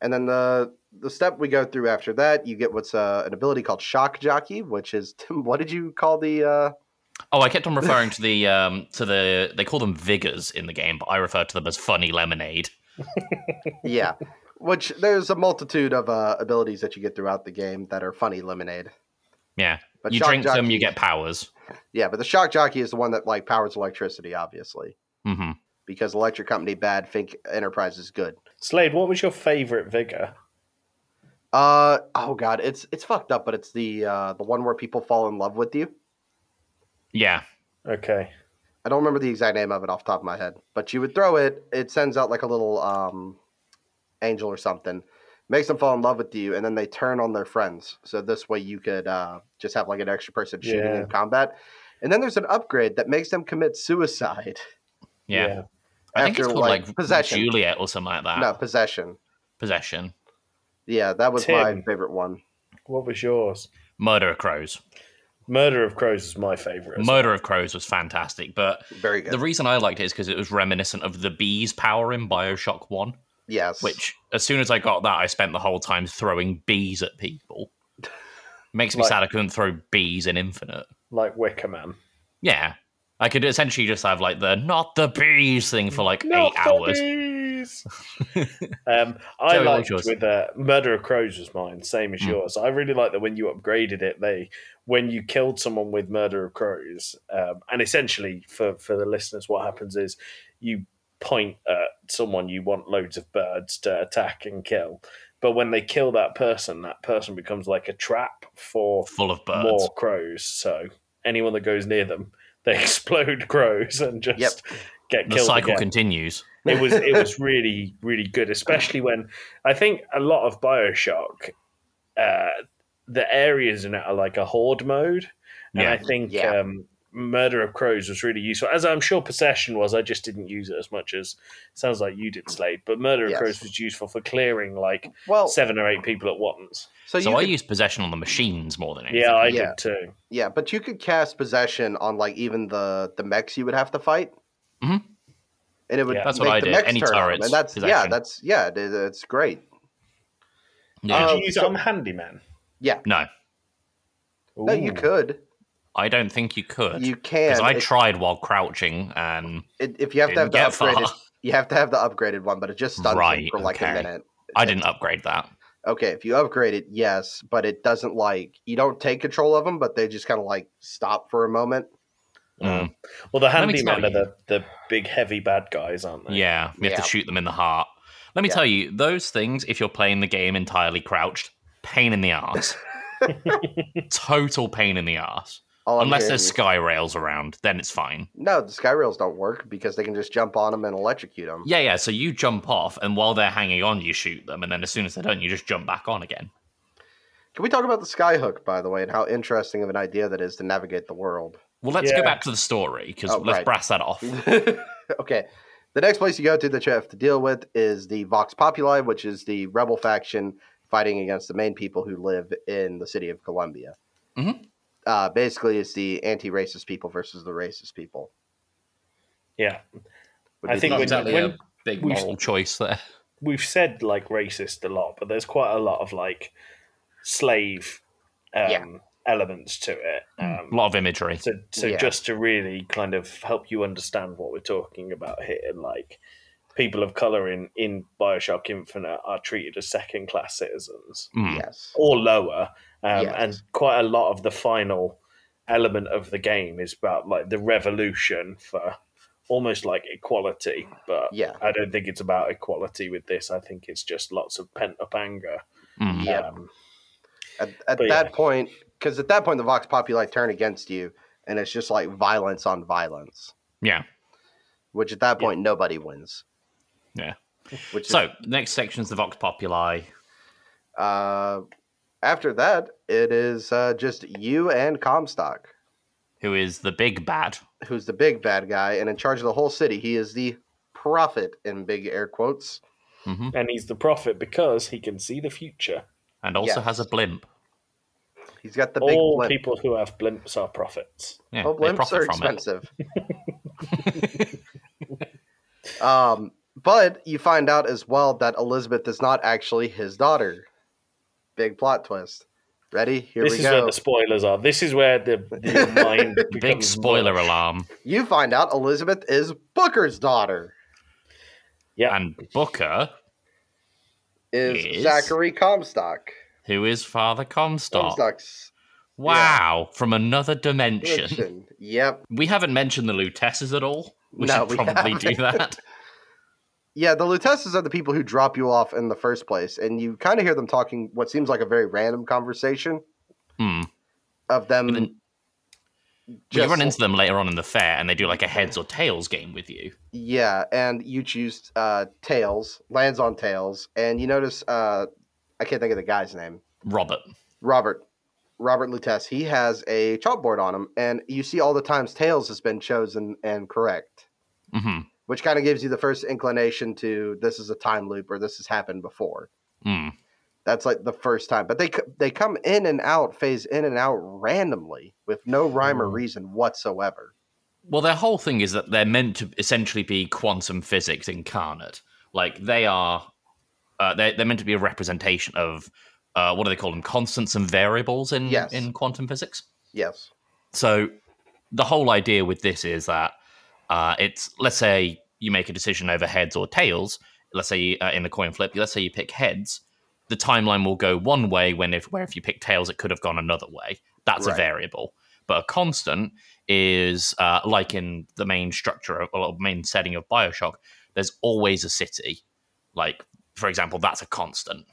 and then the the step we go through after that, you get what's uh, an ability called Shock Jockey, which is [LAUGHS] what did you call the? Uh, Oh, I kept [LAUGHS] on referring to the um to the they call them vigors in the game, but I refer to them as funny lemonade. [LAUGHS] yeah. Which there's a multitude of uh, abilities that you get throughout the game that are funny lemonade. Yeah, But you Shock drink them, you Jockey- get powers. yeah. But the shock jockey is the one that like powers electricity, obviously, hmm because electric company bad, Fink Enterprise is good. Slade, what was your favorite vigor? Uh oh god, it's it's fucked up, but it's the uh the one where people fall in love with you. Yeah, Okay. I don't remember the exact name of it off the top of my head, but you would throw it, it sends out like a little um angel or something, makes them fall in love with you, and then they turn on their friends. So this way you could uh just have like an extra person shooting Yeah. in combat. And then there's an upgrade that makes them commit suicide. [LAUGHS] yeah. I think it's After, called like, like, possession. Juliet or something like that. No, possession. Possession, Yeah, that was my Tim. favorite one. What was yours? Murder of Crows. Murder of Crows is my favorite. Murder of Crows was fantastic, but Very good. the reason I liked it is because it was reminiscent of the bee's power in Bioshock One. Yes. Which, as soon as I got that, I spent the whole time throwing bees at [LAUGHS] people. Makes me Like- sad I couldn't throw bees in Infinite. like Wicker Man. Yeah. I could essentially just have like the not the bees thing for like eight hours. [LAUGHS] hours. um, I Tell me what liked yours- with uh, Murder of Crows was mine, same as Mm. yours. I really liked that when you upgraded it, they when you killed someone with Murder of Crows, um, and essentially for for the listeners, what happens is you point at someone you want loads of birds to attack and kill. But when they kill that person, that person becomes like a trap for Full of birds. more crows. So anyone that goes near them, [LAUGHS] they explode crows and just Yep. get the killed. cycle again. continues. it was it was really really good, especially when I think a lot of Bioshock, uh, the areas in it are like a horde mode, and Yeah. I think Yeah. um, Murder of Crows was really useful, as I'm sure Possession was. I just didn't use it as much as sounds like you did, Slade. But Murder of Yes. Oh. Crows was useful for clearing like well, seven or eight people at once. so you So I could- use possession on the machines more than anything. Yeah, I Yeah. did too. yeah, but you could cast possession on like even the the mechs you would have to fight. Mhm. And it would Yeah. That's make what I the did. mechs Any turn on, turrets, and that's yeah, possession. that's yeah, it, it's great. Yeah. did Um, you use it on Handyman? no, No, you Ooh. could, I don't think you could. you can. Because I It- tried while crouching and it- if you have to have didn't the get far. upgraded, you have to have the upgraded one, but it just stuns Right, them for like okay. a minute. I didn't upgrade that. Okay, if you upgrade it, yes, but it doesn't like you don't take control of them, but they just kind of like stop for a moment. Oh, Mm, Well, the Let me handyman are tell you. the, the big heavy bad guys, aren't they? yeah, you have Yeah. to shoot them in the heart. Let me Yeah. tell you, those things, if you're playing the game entirely crouched, pain in [LAUGHS] the arse. Total pain in the arse. All I'm Unless hearing there's is- sky rails around, then it's fine. no, the sky rails don't work because they can just jump on them and electrocute them. Yeah, yeah. So you jump off, and while they're hanging on, you shoot them, and then as soon as they don't, you just jump back on again. Can we talk about the skyhook, by the way, and how interesting of an idea that is to navigate the [LAUGHS] world? Well, let's Yeah. go back to the story because Oh, let's right. brass that off. okay. The next place you go to that you have to deal with is the Vox Populi, which is the rebel faction fighting against the main people who live in the city of Columbia. Mm-hmm. Mhm. Uh, basically, it's the anti racist people versus the racist people. Yeah. would I be the- think Not when- exactly when a big we- moral choice there. We've said like racist a lot, but there's quite a lot of like slave um, Yeah. elements to it. Um, A lot of imagery. So, so Yeah. just to really kind of help you understand what we're talking about here, like people of color in, in Bioshock Infinite are treated as second class citizens. Mm. yes. or lower. Um, Yes. And quite a lot of the final element of the game is about like the revolution for almost like equality. But Yeah. I don't think it's about equality with this. I think it's just lots of pent up anger. Mm. Yeah. Um, At, at But that yeah. point, because at that point, the Vox Populi turn against you, and it's just like violence on violence, Yeah. which at that Yeah. point, nobody wins. Yeah. [LAUGHS] Which is So next section's the Vox Populi. Uh, after that, it is uh, just you and Comstock, Who is the big bad? who's the big bad guy and in charge of the whole city. He is the prophet in big air quotes. hmm and he's the prophet because he can see the future. And also Yes. has a blimp. He's got the big All blimp. people who have blimps are prophets. Yeah, Oh, they blimps profit are from expensive. [LAUGHS] um, but you find out as well that Elizabeth is not actually his daughter. Big plot twist. Ready? Here this we is go. where the spoilers are. This is [LAUGHS] where the, the mind it. Big becomes spoiler mush. alarm. You find out Elizabeth is Booker's daughter. Yeah, And Booker, Is Yes. Zachary Comstock. who is Father Comstock. Comstock's [LAUGHS] Wow, from another dimension. Listen, Yep. We haven't mentioned the Lutesses at all. We No, should we probably do [LAUGHS] that. Yeah, the Lutesses are the people who drop you off in the first place, and you kind of hear them talking what seems like a very random conversation Hmm. of them. And then just- you run into them later on in the fair, and they do like a heads or tails game with you. yeah, and you choose uh, tails, lands on tails, and you notice uh, I can't think of the guy's name, Robert, Robert. Robert Lutess, he has a chalkboard on him, and you see all the times tails has been chosen and correct, hmm which kind of gives you the first inclination to this is a time loop or this has happened before. mm. That's like the first time, but they c- they come in and out, phase in and out randomly with no rhyme or Mm. reason whatsoever. Well, their whole thing is that they're meant to essentially be quantum physics incarnate. Like they are Uh, they, they're meant to be a representation of uh, what do they call them? Constants and variables in Yes. in quantum physics. Yes. So the whole idea with this is that uh, it's let's say you make a decision over heads or tails. Let's say uh, in the coin flip, let's say you pick heads, the timeline will go one way. When if where if you pick tails, it could have gone another way. That's a Right. variable, but a constant is uh, like in the main structure of, or main setting of Bioshock. There's always a city, like for example, that's a constant.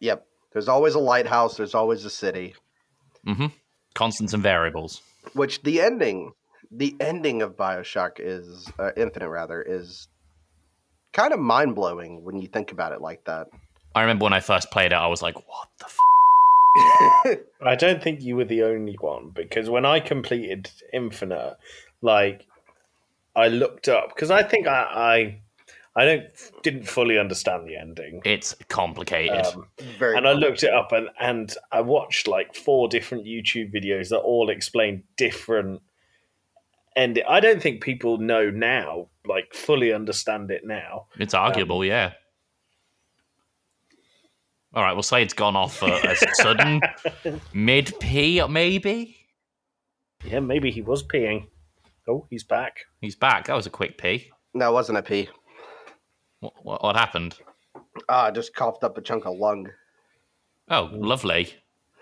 Yep. There's always a lighthouse. There's always a city. hmm Constants and variables. Which the ending, the ending of Bioshock is uh, Infinite rather is kind of mind blowing when you think about it like that. I remember when I first played it, I was like, "What the f-? I don't think you were the only one because when I completed Infinite, like I looked up because I think I, I I don't didn't fully understand the ending. It's complicated." Um, Very. and I looked it up and, and I watched like four different YouTube videos that all explained different and I don't think people know now, like fully understand it now. It's arguable, yeah. All right, we'll say it's gone off a, a sudden mid P, maybe. Yeah, maybe he was peeing. Oh, he's back. He's back. That was a quick P. no, it wasn't a pee. What, what, what happened? Ah, I just coughed up a chunk of lung. Oh, lovely.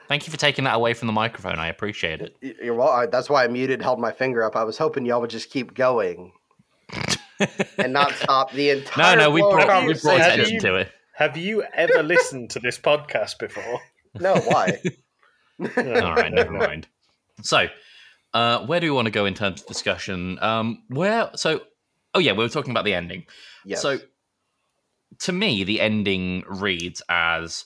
Thank you for taking that away from the microphone. I appreciate it. Y- You're well. I- That's why I muted, held my finger up. I was hoping y'all would just keep [LAUGHS] going and not stop the No, entire. no, we flow of brought, we brought conversation. attention to it. Have you ever listened to this podcast before? No, [LAUGHS] why? All right, never mind. So, uh, where do we want to go in terms of discussion? Um, where? So, oh yeah, we were talking about the ending. Yes. So, to me, the ending reads as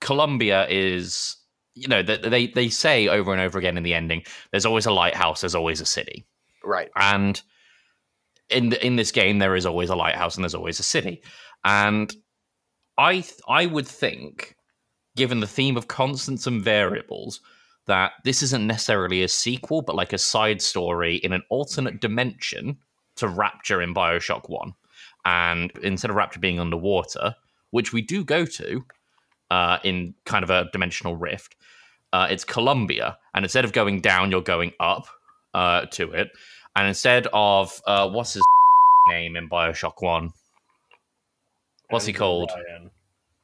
Colombia is, you know, that they they say over and over again in the ending, there's always a lighthouse, there's always a city, right. and in the, in this game, there is always a lighthouse and there's always a city, and I th- I would think, given the theme of constants and variables. That this isn't necessarily a sequel, but like a side story in an alternate dimension to Rapture in Bioshock 1. And instead of Rapture being underwater, which we do go to uh, in kind of a dimensional rift, uh, it's Columbia. And instead of going down, you're going up uh, to it. And instead of uh, what's his [LAUGHS] name in Bioshock 1? What's he [LAUGHS] Andrew called? Ryan.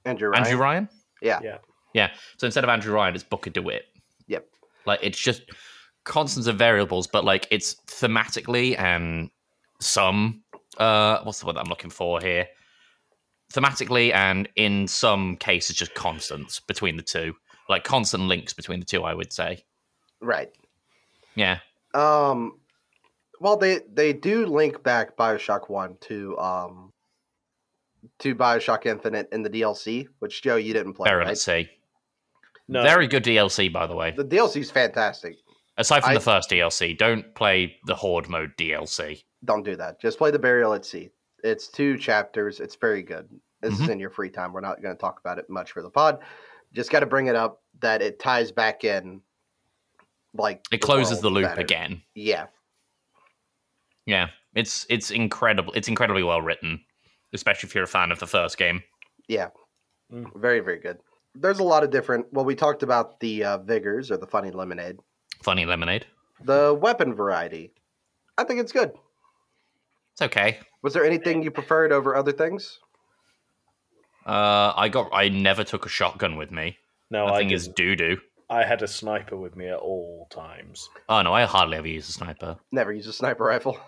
Andrew Ryan. Andrew Ryan? Yeah. Yeah. Yeah. So instead of Andrew Ryan, it's Booker DeWitt. Yep. Like it's just constants of variables, but like it's thematically and some uh what's the word that I'm looking for here? Thematically and in some cases just constants between the two. Like constant links between the two, I would say. Right. Yeah. Um, well, they they do link back Bioshock One to um to Bioshock Infinite in the DLC, which Joe you didn't play. Very Right? let's see. No, Very good DLC, by the way. The DLC's fantastic. Aside from I- the first DLC, don't play the Horde mode DLC. Don't do that. Just play the Burial at Sea. It's two chapters. It's very good. This Mm-hmm. is in your free time. We're not going to talk about it much for the pod. Just got to bring it up that it ties back in. Like It closes the world loop better. again. Yeah, Yeah, it's it's incredible. It's incredibly well written, especially if you're a fan of the first game. very very good. There's a lot of different. Well, we talked about the uh, vigors or the funny lemonade. Funny Lemonade. The Mm-hmm. weapon variety, I think it's good. It's okay. Was there anything you preferred over other things? Uh, I got. I never took a shotgun with me. no, That Oh, I, thing is didn't. doo doo. I had a sniper with me at all times. Oh no, I hardly ever use a sniper. Never use a sniper rifle.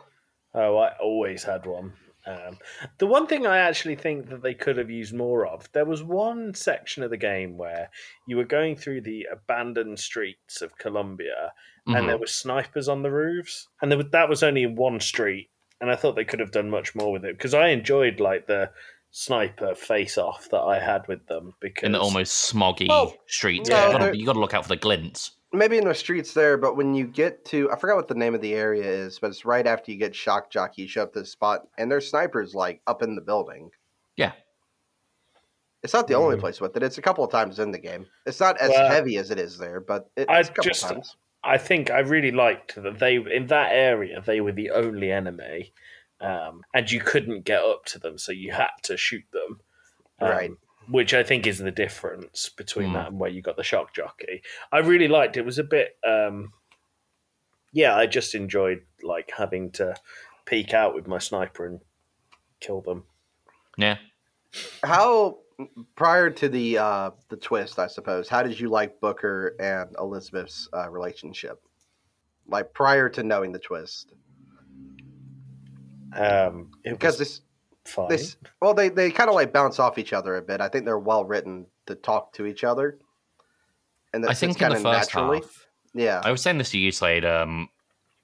Oh, I always had one. Um, the one thing I actually think that they could have used more of, there was one section of the game where you were going through the abandoned streets of Colombia, Mhm. and there were snipers on the roofs, and there was, that was only in one street. And I thought they could have done much more with it because I enjoyed like the sniper face-off that I had with them because in the almost smoggy Well, streets, no, you, there- gotta, you gotta look out for the glints. Maybe in the streets there, but when you get to, I forgot what the name of the area is, but it's right after you get shock jockey. You show up to the spot, and there's snipers like up in the building. Yeah. It's not the only place with it. It's a couple of times in the game. It's not as Well, heavy as it is there, but it, I it's a couple just- times. I think I really liked that they in that area they were the only enemy, um, and you couldn't get up to them, so you had to shoot them. Um, Right. Which I think is the difference between Hmm. that and where you got the shock jockey. I really liked it. Was a bit, um, yeah. I just enjoyed like having to peek out with my sniper and kill them. Yeah. How prior to the uh, the twist, I suppose. How did you like Booker and Elizabeth's uh, relationship? Like prior to knowing the twist, Um, it because this, was fine. this, well, they they kind of like bounce off each other a bit. I think they're well written to talk to each other, and I that think in kind the of first naturally. half, Yeah, I was saying this to you, Slade, um,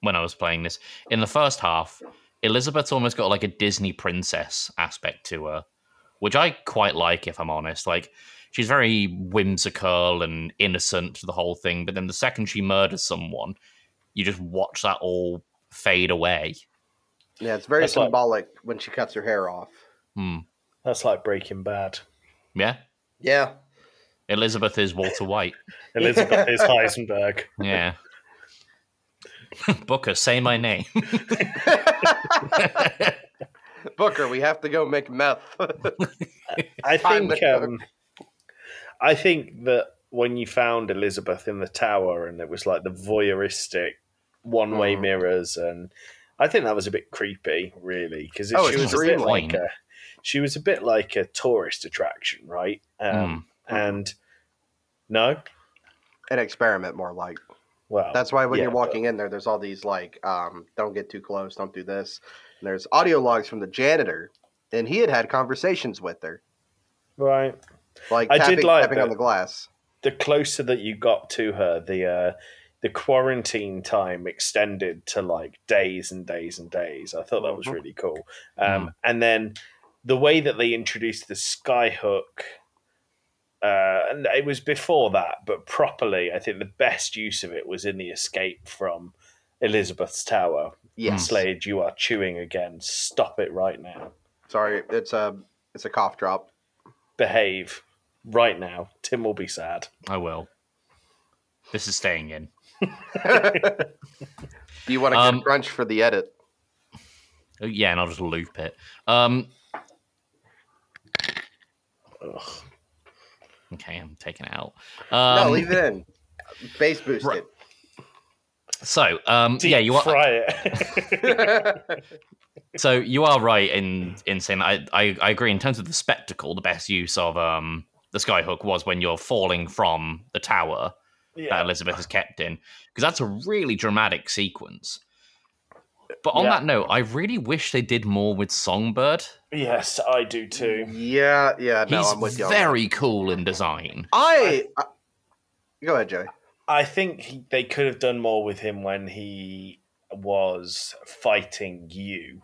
when I was playing this. In the first half, Elizabeth's almost got like a Disney princess aspect to her, which I quite like, if I'm honest. Like, she's very whimsical and innocent to the whole thing, but then the second she murders someone, you just watch that all fade away. yeah, it's very That's like- symbolic when she cuts her hair off. Hmm. That's like [LAUGHS] Breaking Bad. Yeah. [LAUGHS] Yeah, Elizabeth is Walter White. Elizabeth is Heisenberg. Yeah. [LAUGHS] Booker, say my name. [LAUGHS] Booker, we have to go make meth. [LAUGHS] I Time think to um, I think that when you found Elizabeth in the tower and it was like the voyeuristic one way Mm. mirrors and I think that was a bit creepy really because Oh, she was a bit extremely. like a she was a bit like a tourist attraction right um, Mm. and no An experiment, more like. well That's why when yeah, you're walking in there, there's all these like, um, don't get too close, don't do this. And there's audio logs from the janitor, and he had had conversations with her, right like I did tapping, like tapping on that. the glass. the closer that you got to her, the uh, the quarantine time extended to like days and days and days. I thought that was Mm-hmm. Mhm. really cool. Um, And then the way that they introduced the skyhook, uh, and it was before that, but properly, I think the best use of it was in the escape from Elizabeth's tower. Yes. Hmm. Slade, you are chewing again. Stop it right now. Sorry, it's a it's a cough drop. [LAUGHS] Behave right now. Tim will be sad. Hmm, I will. This is staying in. do you want to Um, get crunch for the edit? Oh, Yeah, and I'll just loop it. Um, Ugh. okay, I'm taking it out. Um, no, leave it in. Bass boosted. right. So, um, Deep yeah, you are. fry [LAUGHS] it. [LAUGHS] [LAUGHS] So you are right in in saying that. I, I I agree. In terms of the spectacle, the best use of um the skyhook was when you're falling from the tower that Elizabeth is kept in, because that's a really dramatic sequence. But on Yeah. that note, I really wish they did more with Songbird. Yes, I do Mm. too. yeah, yeah. Uh, No, He's I'm with you. on that. very cool in design. I, I go ahead, Joey. I think he, they could have done more with him when he was fighting you.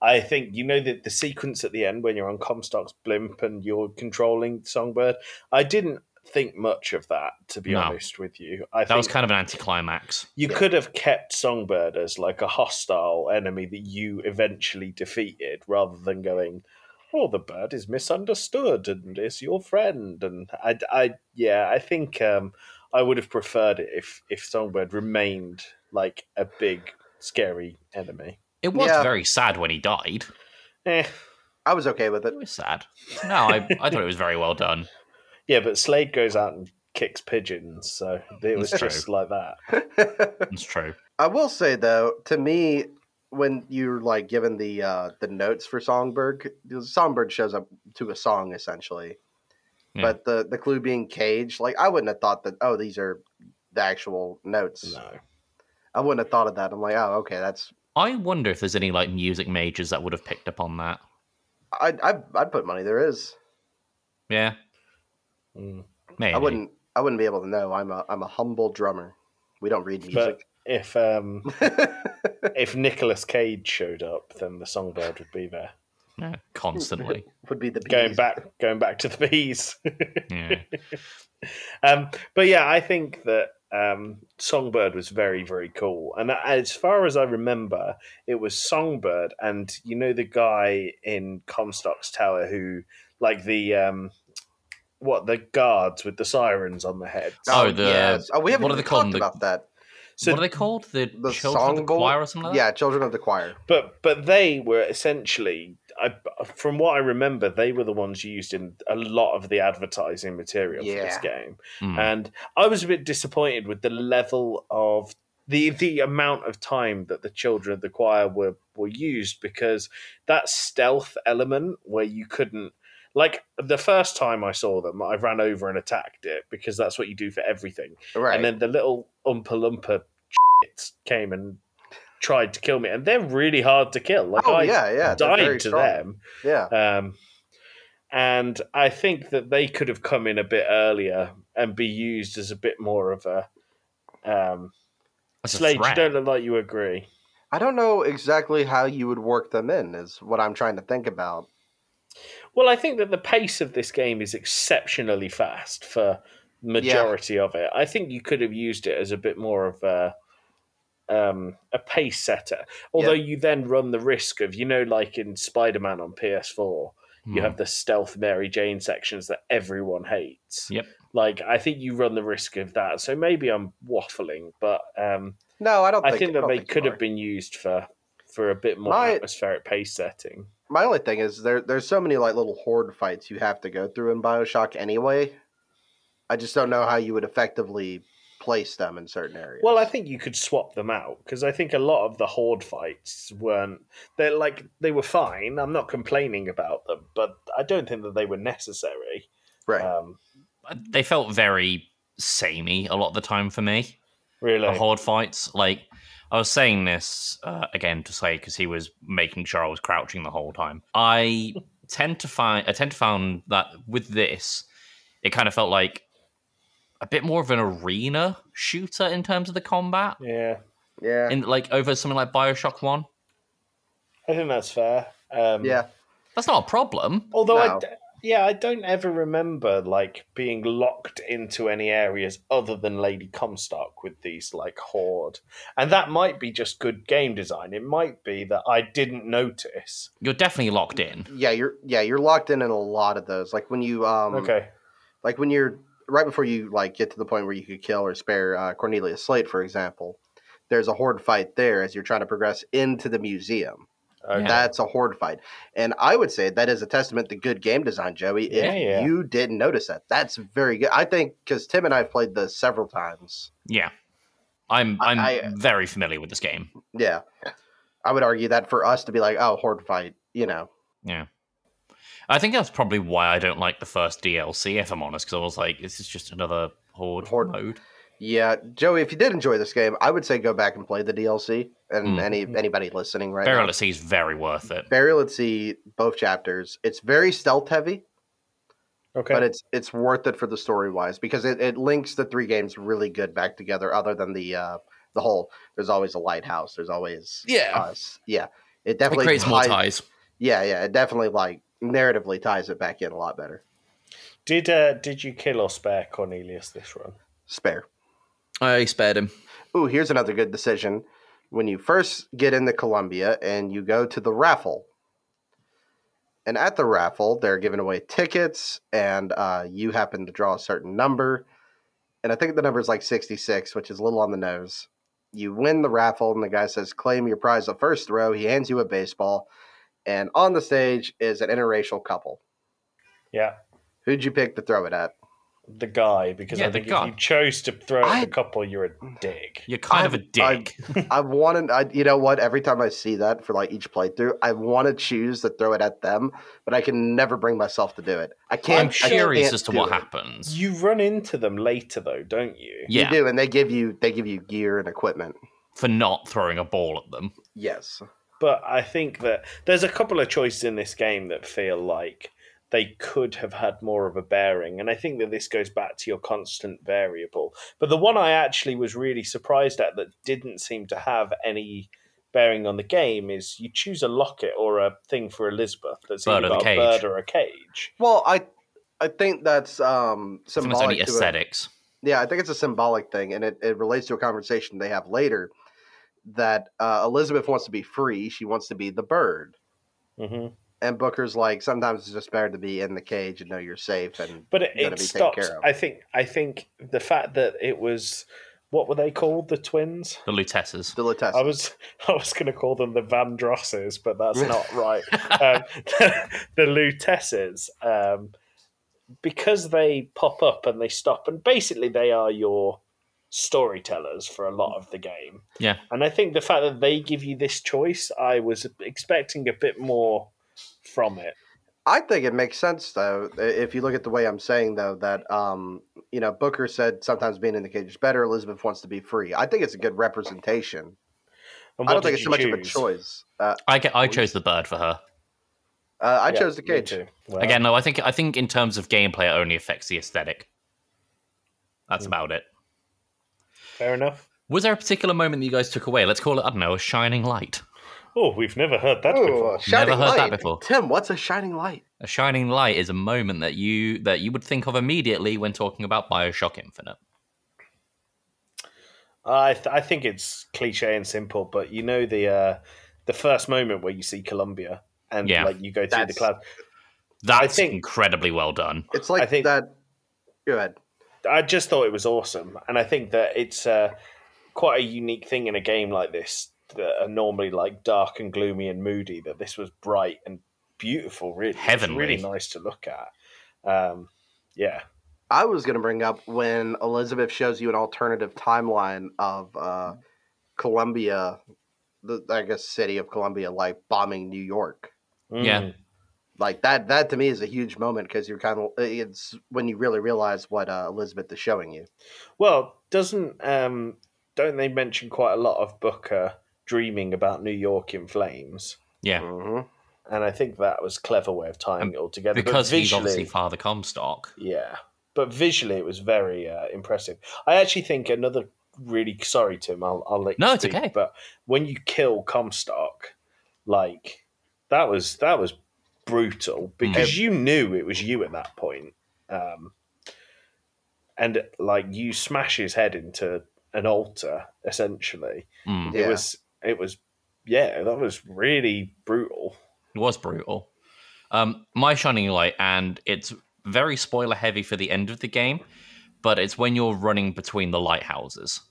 I think you know that the sequence at the end when you're on Comstock's blimp and you're controlling Songbird. I didn't think much of that, to be No. honest with you. I That think was kind of an anticlimax. you Yeah. could have kept Songbird as like a hostile enemy that you eventually defeated, rather than going, "Oh, the bird is misunderstood and is your friend." And I, I yeah, I think um, I would have preferred it if if Songbird remained like a big scary enemy. It was Yeah. very sad when he died. Eh. I was okay with it. [LAUGHS] It was sad. No, I, I thought it was very well done. Yeah, but Slade goes out and kicks pigeons, so it was That's true. just like that. It's true. I will say though, to me, when you're like given the uh, the notes for Songbird, Songbird shows up to a song essentially. Yeah. But the the clue being cage, like I wouldn't have thought that. Oh, these are the actual notes. No, I wouldn't have thought of that. I'm like, oh, okay, that's. I wonder if there's any like music majors that would have picked up on that. I I I'd put money there is. Yeah, Mm. maybe. I wouldn't. I wouldn't be able to know. I'm a I'm a humble drummer. We don't read but music. if [LAUGHS] um, if Nicolas Cage showed up, then the Songbird would be there. No, constantly. [LAUGHS] Would be the going bees. back going back to the bees [LAUGHS] [LAUGHS] yeah. um but yeah i think that um songbird was very very cool and as far as i remember it was songbird and you know the guy in comstock's tower who like the um what the guards with the sirens on the heads Oh, the- Oh, we haven't what do even they call talked them? The- about that. So what are they called? The, The Children of the Song Bowl? Choir or something like that? Yeah, Children of the Choir. But but they were essentially, I, from what I remember, they were the ones used in a lot of the advertising material for this Yeah. game. Hmm. And I was a bit disappointed with the level of the the amount of time that the children of the choir were were used because that stealth element where you couldn't like the first time I saw them, I ran over and attacked it because that's what you do for everything. Right. And then the little Oompa Loompa shits came and tried to kill me. And they're really hard to kill. Like, oh I yeah, yeah. they're very died to strong. them. Yeah. Um, and I think that they could have come in a bit earlier and be used as a bit more of a. Um, That's a Slade, you threat. don't look like you agree. I don't know exactly how you would work them in. Is what I'm trying to think about. Well, I think that the pace of this game is exceptionally fast for majority of it. I think you could have used it as a bit more of a um, a pace setter. Although you then run the risk of, you know, like in Spider Man on PS4, you Hmm. have the stealth Mary Jane sections that everyone hates. Yep. Like I think you run the risk of that. So maybe I'm waffling, but um, No, I don't. I think, think I that don't they think you could are. have been used for for a bit more My- atmospheric pace setting. My only thing is there. There's so many like little horde fights you have to go through in Bioshock anyway. I just don't know how you would effectively place them in certain areas. Well, I think you could swap them out because I think a lot of the horde fights weren't. They're like they were fine. I'm not complaining about them, but I don't think that they were necessary. right. Um, Hmm. They felt very samey a lot of the time for me. really, the horde fights. Like I was saying this uh, again to say because he was making sure I was crouching the whole time. I tend to find I tend to find that with this, it kind of felt like a bit more of an arena shooter in terms of the combat, yeah. yeah. and like over something like Bioshock One. I think that's fair. Um, yeah. That's not a problem. Although No. I, d- yeah, I don't ever remember like being locked into any areas other than Lady Comstock with these like horde, and that might be just good game design. It might be that I didn't notice. You're definitely locked in. Yeah. You're. Yeah. You're locked in in a lot of those. Like when you. Um, okay, like when you're right before you like get to the point where you could kill or spare uh, Cornelius Slate, for example. There's a horde fight there as you're trying to progress into the museum. okay. Yeah. That's a horde fight, and I would say that is a testament to good game design, Joey. If Yeah, yeah. you didn't notice that, that's very good. I think because Tim and I have played this several times. Yeah, I'm I- I'm I- very familiar with this game. Yeah, I would argue that for us to be like, oh, horde fight, you know, Yeah. I think that's probably why I don't like the first DLC, if I'm honest, because I was like, this is just another horde, Horde. mode. yeah, Joey. If you did enjoy this game, I would say go back and play the DLC. And Mm. any anybody listening right now, Burial at Sea is very worth it. Burial at Sea, both chapters. It's very stealth heavy, okay. but it's it's worth it for the story wise because it, it links the three games really good back together. Other than the uh, the whole, there's always a lighthouse. There's always Yeah. us. Yeah, it It definitely creates more ties- ties. Yeah, yeah, it definitely like narratively ties it back in a lot better. Did uh, did you kill or spare Cornelius this run? Spare. I spared him. Ooh, here's another good decision. When you first get into Columbia and you go to the raffle, and at the raffle, they're giving away tickets, and uh, you happen to draw a certain number. And I think the number is like 66, which is a little on the nose. You win the raffle, and the guy says, Claim your prize the first row. He hands you a baseball, and on the stage is an interracial couple. Yeah, Who'd you pick to throw it at? the guy because Yeah, I the think if guy. you chose to throw I- Mm. at the couple, you're a dick. You're kind of a I'm- dick. I want to, I, you know what? Every time I see that for like each playthrough, I want to choose to throw it at them, but I can never bring myself to do it. I I'm, can't. I curious can't as to do what it. happens. You run into them later though, don't you? yeah, You do, and they give you they give you gear and equipment. for not throwing a ball at them. Yes, But I think that there's a couple of choices in this game that feel like they could have had more of a bearing. And I think that this goes back to your constant variable. But the one I actually was really surprised at that didn't seem to have any bearing on the game is you choose a locket or a thing for Elizabeth that's Bird either or the got a cage. bird or a cage. well, I I think that's um I think It's symbolic. only to a- aesthetics. yeah, I think it's a symbolic thing, and it, it relates to a conversation they have later that uh, Elizabeth wants to be free. She wants to be the bird. hmm And Booker's like, sometimes it's just better to be in the cage and know you're safe. And But it, gotta it be taken care stops. of. I think. I think the fact that it was what were they called? The twins. The Lutessas. The Latessa. I was [LAUGHS] I was going to call them the Van Drosses, but that's [LAUGHS] not right. Um, [LAUGHS] the, the Lutesses, um, because they pop up and they stop, and basically they are your storytellers for a lot of the game. Yeah. and I think the fact that they give you this choice, I was expecting a bit more from it. I think it makes sense though, i- if you look at the way I'm saying though that um, you know Booker said sometimes being in the cage is better. Elizabeth wants to be free. I think it's a good representation. And I don't think what did it's you too much of a choose? choice. Uh, I, ca- I chose the bird for her. uh, I Yeah, chose the me cage. too. Well, Again, no, I think I think in terms of gameplay, it only affects the aesthetic. That's Hmm. about it. fair enough. Was there a particular moment that you guys took away? Let's call it, I don't know, a shining light. Oh, we've never heard that Oh, before. a shining heard that light. before. Tim, what's a shining light? A shining light is a moment that you that you would think of immediately when talking about Bioshock Infinite. I th- I think it's cliche and simple, but you know the uh, the first moment where you see Columbia and Yeah. like you go through the That's- cloud. That's think- incredibly well done. It's like I think- that. Go ahead. I just thought it was awesome, and I think that it's uh, quite a unique thing in a game like this that are normally like dark and gloomy and moody. That this was bright and beautiful, really It was Heavenly. really nice to look at. Um, yeah, I was going to bring up when Elizabeth shows you an alternative timeline of uh, Mm-hmm. Columbia, the I guess city of Columbia, like bombing New York. Mm. Yeah. Like that, that to me is a huge moment because you're kind of it's when you really realize what uh, Elizabeth is showing you. Well, doesn't um, don't they mention quite a lot of Booker dreaming about New York in flames? Yeah. hmm and I think that was a clever way of tying Um, it all together. Because but he's visually, obviously Father Comstock. yeah, but visually it was very uh, impressive. I actually think another really sorry Tim, I'll I'll let you No, it's speak, okay. But when you kill Comstock, like that was that was Mm. brutal because you knew it was you at that point, um, and like you smash his head into an altar essentially. Mm, Yeah. It was it was yeah that was really brutal. it was brutal. Um, my shining light, and it's very spoiler heavy for the end of the game, but it's when you're running between the lighthouses,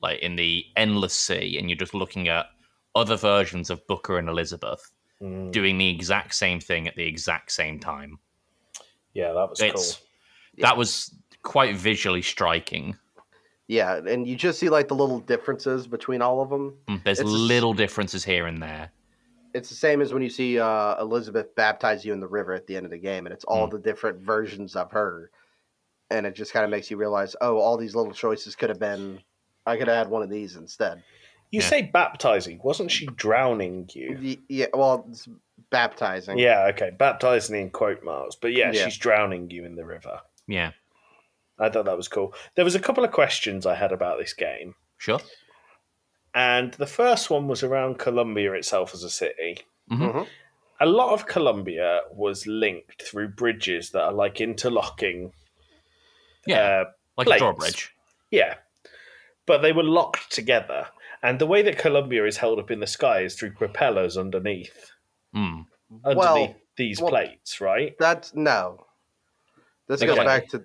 like in the endless sea, and you're just looking at other versions of Booker and Elizabeth Mm. doing the exact same thing at the exact same time. Yeah, that was cool. it's that was quite visually striking. Yeah, and you just see like the little differences between all of them. Mm, There's It's a s- little differences here and there. It's the same as when you see uh, Elizabeth baptize you in the river at the end of the game, and it's all the different versions of her, and it just kind of makes you realize, oh, all these little choices could have been. I could have had one of these instead. You Yeah. say baptizing. Wasn't she drowning you? Y- Yeah, well, it's baptizing. Yeah, okay. Baptizing in quote marks. But yeah, Yeah. she's drowning you in the river. Yeah, I thought that was cool. There was a couple of questions I had about this game. sure. And the first one was around Colombia itself as a city. Mhm. Mhm. A lot of Colombia was linked through bridges that are like interlocking. Yeah, uh, like plates. a drawbridge. Yeah. But they were locked together. And the way that Colombia is held up in the sky is through propellers underneath Mm. underneath Mm-hmm. Well, these well- plates, right? that's no. This goes Okay. back to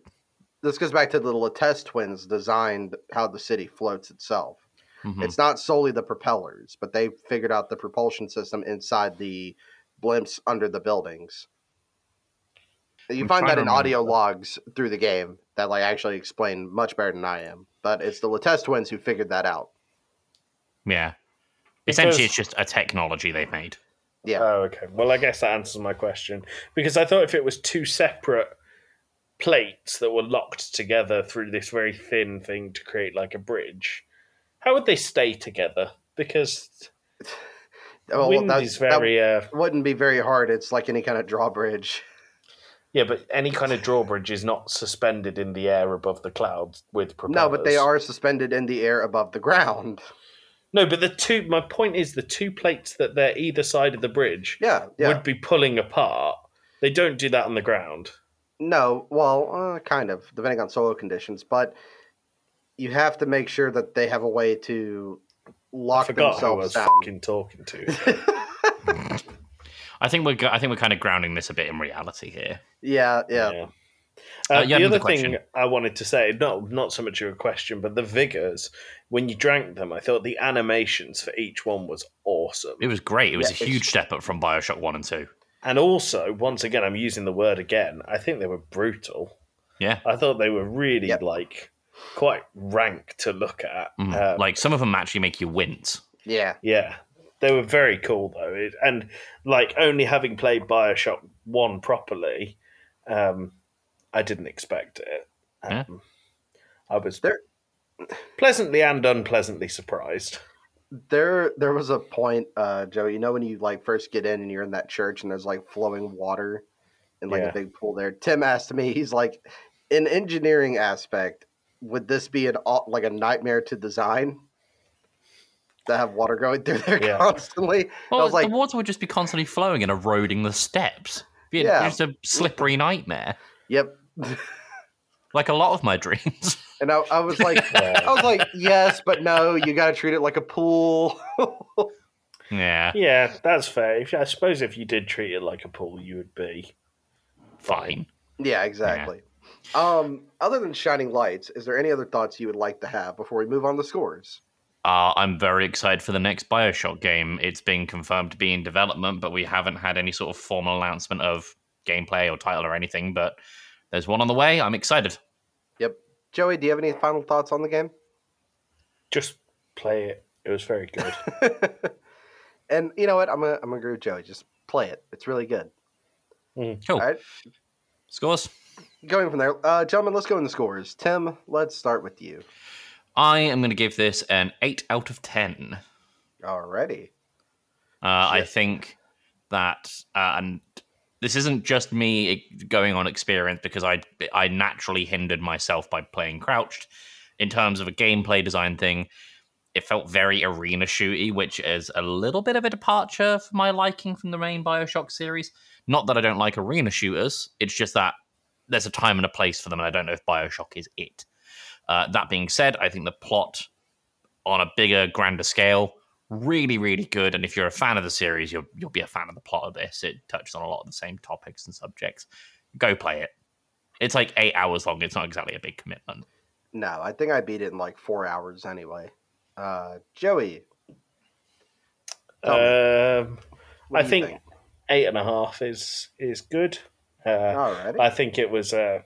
this goes back to the Lattes twins designed how the city floats itself. mhm. It's not solely the propellers, but they figured out the propulsion system inside the blimps under the buildings. You I'm find trying that to in remember. audio logs through the game that like actually explain much better than I am. But it's the Lattes twins who figured that out. Yeah. Essentially, Because- it's just a technology they've made. Yeah. Oh, okay. Well, I guess that answers my question because I thought if it was two separate plates that were locked together through this very thin thing to create like a bridge, how would they stay together? Because Oh, well, wind that's- is very uh, that wouldn't be very hard. It's like any kind of drawbridge. [LAUGHS] yeah, but any kind of drawbridge is not suspended in the air above the clouds with propellers. No, but they are suspended in the air above the ground. No, but the two. My point is the two plates that they're either side of the bridge Yeah, yeah. would be pulling apart. They don't do that on the ground. No, well, uh, kind of, depending on soil conditions, but you have to make sure that they have a way to I lock forgot who I themselves was down. fucking talking to. [LAUGHS] I think we're go- I think we're kind of grounding this a bit in reality here. Yeah, yeah, Uh, you had Uh, the another other question. thing I wanted to say, no, not so much of a question, but the vigors when you drank them, I thought the animations for each one was awesome. It was great. It was Yeah, a it's- huge step up from Bioshock One and Two. And also, once again, I'm using the word again. I think they were brutal. Yeah. I thought they were really Yep. like quite rank to look at. Mm. Um, like some of them actually make you wince. Yeah. yeah, they were very cool though. It, and like only having played Bioshock One properly, um, I didn't expect it. Um, Yeah. I was There- pleasantly and [LAUGHS] unpleasantly surprised. There there was a point, uh, Joe, you know when you like first get in and you're in that church and there's like flowing water and like Yeah. a big pool there. Tim asked me, he's like, in engineering aspect, would this be an au- like a nightmare to design? To have water going through there Yeah. [LAUGHS] constantly. Well, I was like, the water would just be constantly flowing and eroding the steps. It'd be Yeah. just a slippery nightmare, Yep. like a lot of my [LAUGHS] dreams. And I, I was like I Uh, was like, yes, but no, you gotta treat it like a pool. [LAUGHS] yeah, yeah, that's fair. If, I suppose if you did treat it like a pool, you would be. fine. Yeah, exactly. Um, other than shining lights, is there any other thoughts you would like to have before we move on to scores? Uh, I'm very excited for the next Bioshock game. It's been confirmed to be in development, but we haven't had any sort of formal announcement of gameplay or title or anything. But there's one on the way. I'm excited. Yep. Joey, do you have any final thoughts on the game? [LAUGHS] Just play it. It was very good. and you know what? I'm gonna I'm gonna agree with Joey. Just play it. It's really good. Cool. All right. Scores. Going from there, uh, gentlemen, let's go in the scores. Tim, let's start with you. I am going to give this an eight out of ten. Alrighty. Uh, I Shit. think that, uh, and this isn't just me going on experience because I I naturally hindered myself by playing crouched. In terms of a gameplay design thing, it felt very arena shooty, which is a little bit of a departure for my liking from the main Bioshock series. Not that I don't like arena shooters; it's just that there's a time and a place for them, and I don't know if Bioshock is it. Uh, that being said, I think the plot on a bigger, grander scale really really good and if you're a fan of the series you'll you'll be a fan of the plot of this it touches on a lot of the same topics and subjects go play it it's like eight hours long it's not exactly a big commitment No, I think I beat it in like four hours anyway. Uh, Joey, [LAUGHS] Tell me, um, what I do you think, eight and a half is is good. Uh, Alrighty. I think it was. Uh,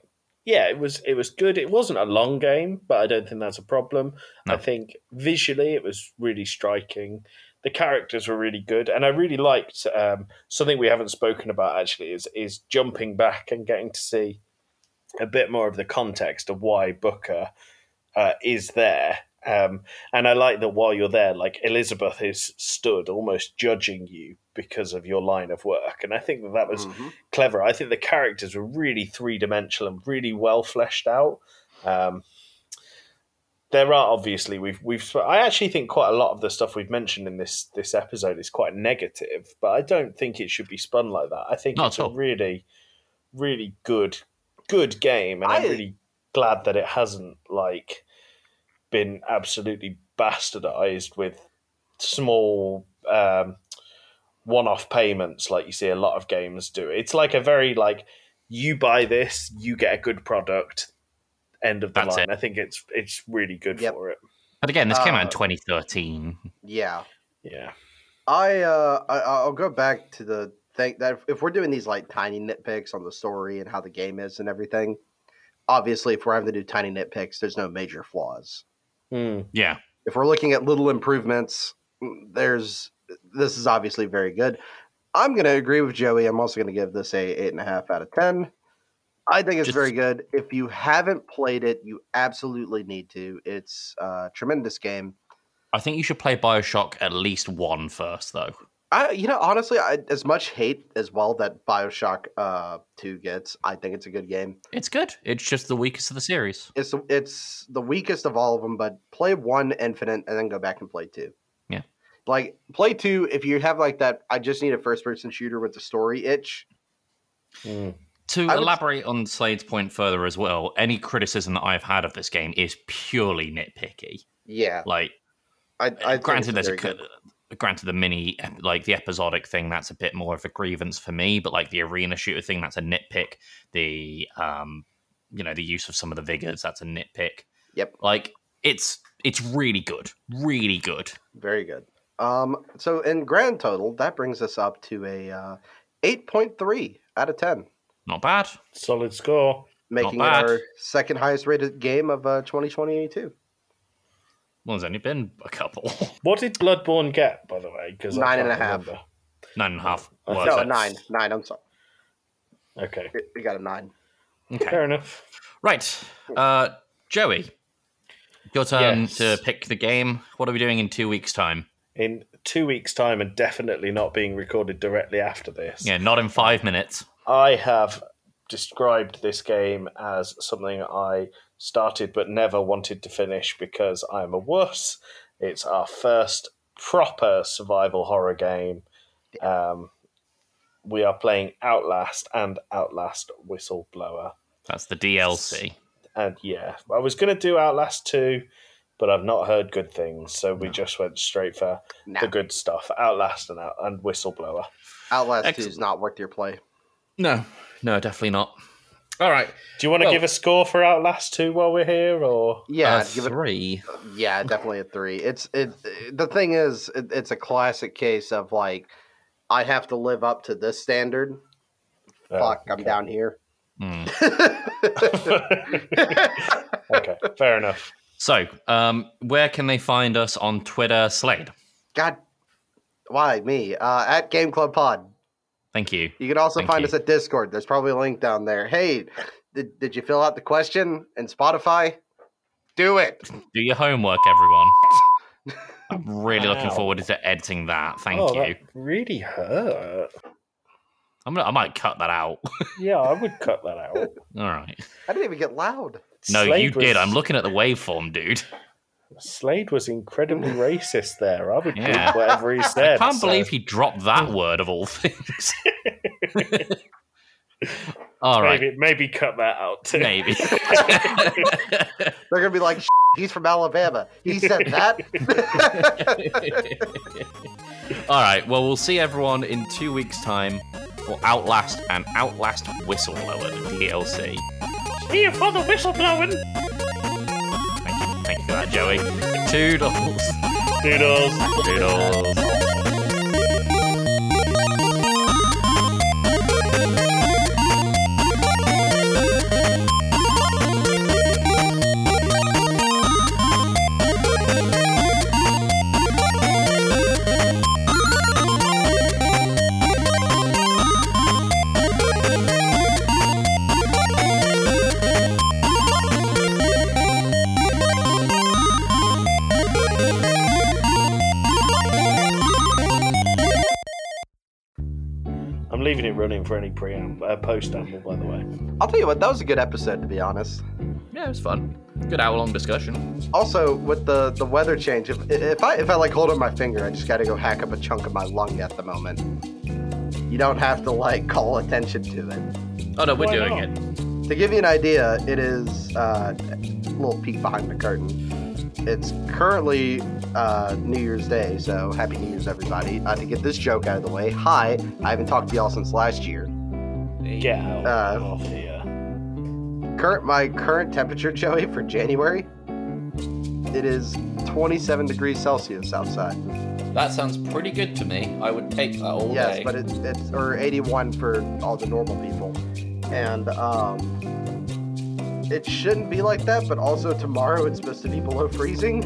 yeah, it was. It was good. It wasn't a long game, but I don't think that's a problem. No. I think visually it was really striking. The characters were really good, and I really liked um, something we haven't spoken about actually is is jumping back and getting to see a bit more of the context of why Booker uh, is there. Um, and I like that while you're there, like Elizabeth is stood almost judging you because of your line of work, and I think that that was Mhm. clever. I think the characters were really three dimensional and really well fleshed out. Um, there are obviously we've we've sp- I actually think quite a lot of the stuff we've mentioned in this this episode is quite negative, but I don't think it should be spun like that. I think Not it's at a all. really really good good game, and I, am I- really glad that it hasn't like been absolutely bastardized with small um, one-off payments like you see a lot of games do it's like a very like you buy this you get a good product end of the That's line i think it's it's really good Yep. for it but again this came out in Uh, 2013 yeah. yeah I uh I, I'll go back to the thing that if, if we're doing these like tiny nitpicks on the story and how the game is and everything, obviously if we're having to do tiny nitpicks, there's no major flaws. Hmm, yeah If we're looking at little improvements, mm, there's this is obviously very good. I'm gonna agree with Joey. I'm also gonna give this a eight and a half out of ten. I think it's Just- very good. If you haven't played it, you absolutely need to. It's a tremendous game. i think you should play bioshock at least one first though I, you know, honestly, I, as much hate as well that Bioshock uh, Two gets, I think it's a good game. it's good it's just the weakest of the series It's the- it's the weakest of all of them, but play one Infinite and then go back and play two. Yeah. like play two if you have like that. I just need a first person shooter with the story itch. hmm. to I would- elaborate on slade's point further as well any criticism that i've had of this game is purely nitpicky Yeah, like I, I granted, think it's there's a very good. co- granted the mini ep- like the episodic thing that's a bit more of a grievance for me, but like the arena shooter thing that's a nitpick. The um you know the use of some of the vigors. That's a nitpick. Yep. Like it's it's really good, really good. Very good. Um, so in grand total, that brings us up to a uh, 8.3 out of 10, Not bad. Solid score. making it bad. our second highest rated game of uh, 2022. Well, there's only been a couple, [LAUGHS] What did Bloodborne get, by the way? Because Nine and a half. nine and a half. No, words. Oh, No, That's- nine. Nine, I'm sorry. Okay, We- We got a nine. Okay. fair enough. Right. Uh, Joey, your turn Yes. to pick the game. What are we doing in two weeks' time? In two weeks' time, and definitely not being recorded directly after this. Yeah, not in five minutes. I have described this game as something I started but never wanted to finish because I'm a wuss. It's our first proper survival horror game. Um, we are playing Outlast and Outlast Whistleblower. That's the DLC. And yeah, I was going to do Outlast 2, but I've not heard good things. So we just went straight for Nah. the good stuff Outlast and, out- and Whistleblower. Outlast 2 is Excellent. not worth your play. No, no, definitely not. All right. Do you want to Well- give a score for Outlast 2 while we're here? or Yeah, uh, I'd give it three. Yeah, definitely a three. It's it. The thing is, it, it's a classic case of like, I have to live up to this standard. Oh, Fuck, I'm down here. Hmm. [LAUGHS] okay, fair enough. So, um, where can they find us on Twitter, Slade? God, why me? Uh, at Game Club Pod. Thank you. You can also Thank find you. us at Discord. There's probably a link down there. Hey, did, did you fill out the question in Spotify? Do it. Do your homework, everyone. I'm really looking Wow. forward to editing that. Thank Oh, you. that really hurt. I'm gonna, I might cut that out. Yeah, I would cut that out. All right. I didn't even get loud. [LAUGHS] No, you Slade was- did. I'm looking at the waveform, [LAUGHS] dude. Slade was incredibly racist there. I would believe Yeah. whatever he said. [LAUGHS] I can't so- Hmm. believe he dropped that word of all [LAUGHS] things. all right, Maybe, maybe cut that out too. maybe. [LAUGHS] They're gonna be like, [LAUGHS] "Shit, he's from Alabama. He said [LAUGHS] that. all right. Well, we'll see everyone in two weeks' time for Outlast and Outlast Whistleblower the DLC. Here for the whistleblowing. Thank you, thank you for that, Joey. Toodles, Doodles. toodles. I'm leaving it running for any preamble, uh, post-amble, by the way. I'll tell you what, that was a good episode to be honest. Yeah, it was fun. Good hour-long discussion. Also, with the the weather change, if, if I if I like hold up my finger, I just got to go hack up a chunk of my lung at the moment. You don't have to like call attention to it. Oh no, we're Why doing not? it. To give you an idea, it is uh, a little peek behind the curtain. It's currently uh, New Year's Day, so Happy New Year's, everybody. Uh, to get this joke out of the way, hi, I haven't talked to y'all since last year. Get out Uh, of here. Current my current temperature, Joey, for January, it is 27 degrees Celsius outside. That sounds pretty good to me. I would take that all Yes, but it, it's or 81 for all the normal people, and um, it shouldn't be like that. But also tomorrow it's supposed to be below freezing,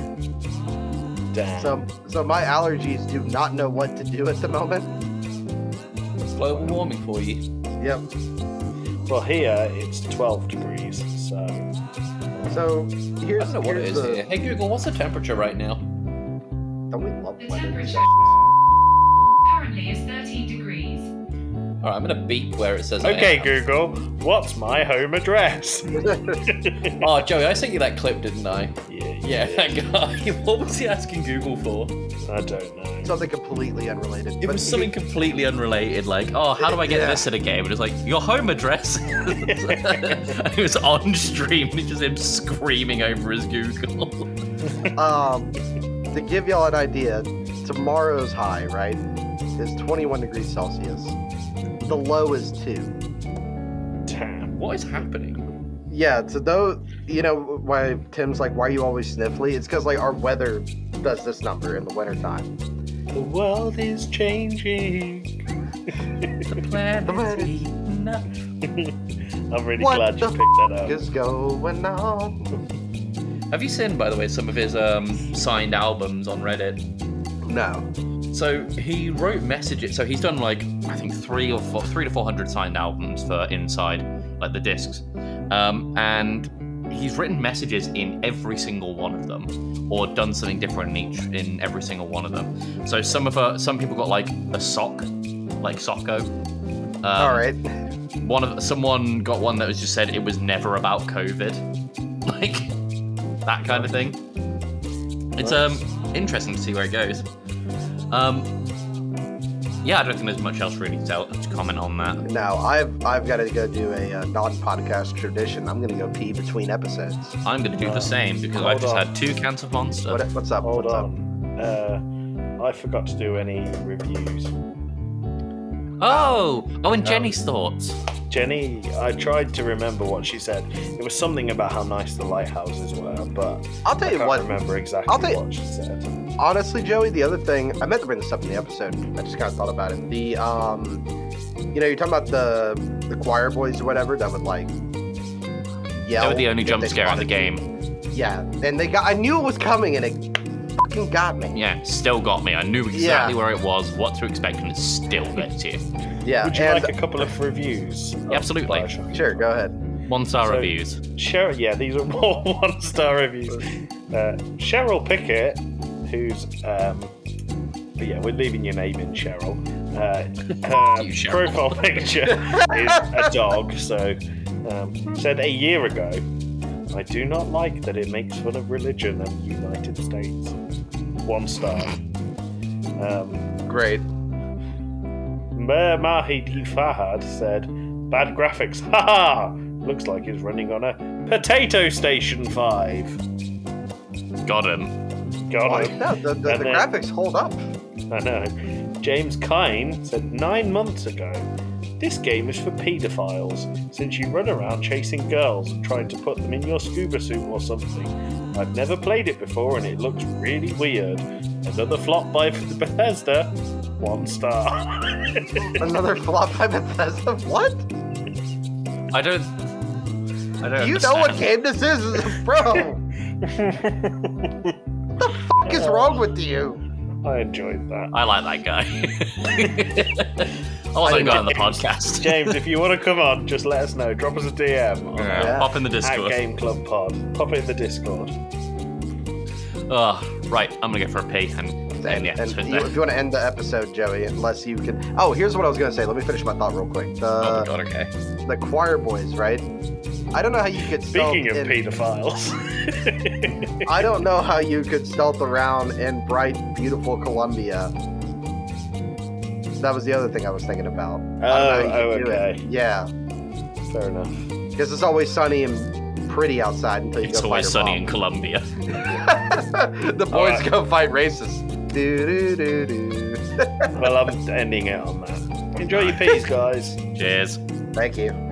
Damn. so so my allergies do not know what to do at the moment. It's global warming for you. Yep. well, here it's 12 degrees, so So here's here's the, Hey Google, what's the temperature right now? Don't we love The weather? temperature currently is 13 degrees. All right, I'm gonna beep where it says. I Okay, am. Google, what's my home [LAUGHS] address? Oh, Joey, I sent you that clip, didn't I? yeah, Yeah, [LAUGHS] that guy. What was he asking Google for? I don't know. Something completely unrelated. It but was something completely unrelated, like, oh, how do I get Yeah. this in a game? And it's like, your home address. [LAUGHS] [LAUGHS] it was on stream, it's just him screaming over his Google. Um, to give y'all an idea, tomorrow's high, right, is 21 degrees Celsius. The low is two. Damn. What is happening? yeah, to though you know why Tim's like, why are you always sniffly? It's because like our weather does this number in the wintertime. The world is changing. The weather I'm really What glad you the picked that up. is going on. Have you seen, by the way, some of his um, signed albums on Reddit? Um, No. So he wrote messages. So he's done like I think three or four, three to four hundred signed albums for Inside, like the discs, um, and he's written messages in every single one of them, or done something different in each in every single one of them. So some of uh, some people got like a sock, like Socko. Um, All right. One of someone got one that was just said it was never about COVID, [LAUGHS] like that kind of thing. It's um interesting to see where it goes. Um, yeah, I don't think there's much else really to, tell, to comment on that. No, I've I've got to go do a uh, non-podcast tradition. I'm gonna go pee between episodes. I'm gonna do Uh, the same because I've hold just on. had two cans of Monster. What, what's up? Hold what's on. Uh, I forgot to do any reviews. Oh, oh, and Jenny's thoughts. Jenny, I tried to remember what she said. It was something about how nice the lighthouses were, but Up? I'll tell I you can't what. remember exactly I'll tell you- what she said. Honestly, Joey, the other thing I meant to bring this up in the episode. I just kind of thought about it. The um, you know, you're talking about the the choir boys or whatever that would like. They Yeah. were the only jump scare in the game. Yeah, and they got. I knew it was coming, and it fucking got me. Yeah, still got me. I knew exactly where it was, what to expect, and it [LAUGHS] still gets you. Yeah. Would you and, like a couple of reviews? of absolutely. Bioshock? Sure, go ahead. One star So- reviews. Cheryl, yeah, these are [LAUGHS] all one star reviews. Uh, Cheryl Pickett, who's, um, but yeah, we're leaving your name in, Cheryl. Uh, her You, Cheryl. profile picture is a dog, so um, said a year ago. I do not like that it makes fun of religion and United States. One star. Um, Great. Mer Mahidi Fahad said, "Bad graphics, haha. Looks like he's running on a potato station five. Got him. God, I- Oh, No, the, the, the And then- graphics hold up. [LAUGHS] I know. James Kine said nine months ago, this game is for paedophiles, since you run around chasing girls and trying to put them in your scuba suit or something. I've never played it before and it looks really weird. Another flop by Bethesda, one star. [LAUGHS] Another flop by Bethesda. [LAUGHS] What? I don't. I don't. You know what understand. game this is, [LAUGHS] bro? What is wrong with you? I enjoyed that. I like that guy. [LAUGHS] I wasn't going on the podcast. James, if you want to come on, just let us know. Drop us a DM on Yeah, Yeah. Pop in the at Discord. Game Club Pod. Pop it in the Discord. Ugh, right, I'm gonna go for a pee and end And, the and episode you, there. if you want to end the episode, Joey, unless you can. Oh, here's what I was gonna say. Let me finish my thought real quick. oh my The god, okay. the choir boys, right? I don't know how you could. stealth Speaking of in- paedophiles. I don't know how you could stealth around in bright, beautiful Colombia. That was the other thing I was thinking about. I don't know how Oh, you could do oh, it. okay. Yeah, Fair enough. because it's always sunny and pretty outside until you It's go fight always your sunny mom. in [LAUGHS] Oh, Colombia. the boys Alright. go fight racists. Do, do, do, do. [LAUGHS] Well, I'm ending it on that. Enjoy your peas, guys. Cheers. Thank you.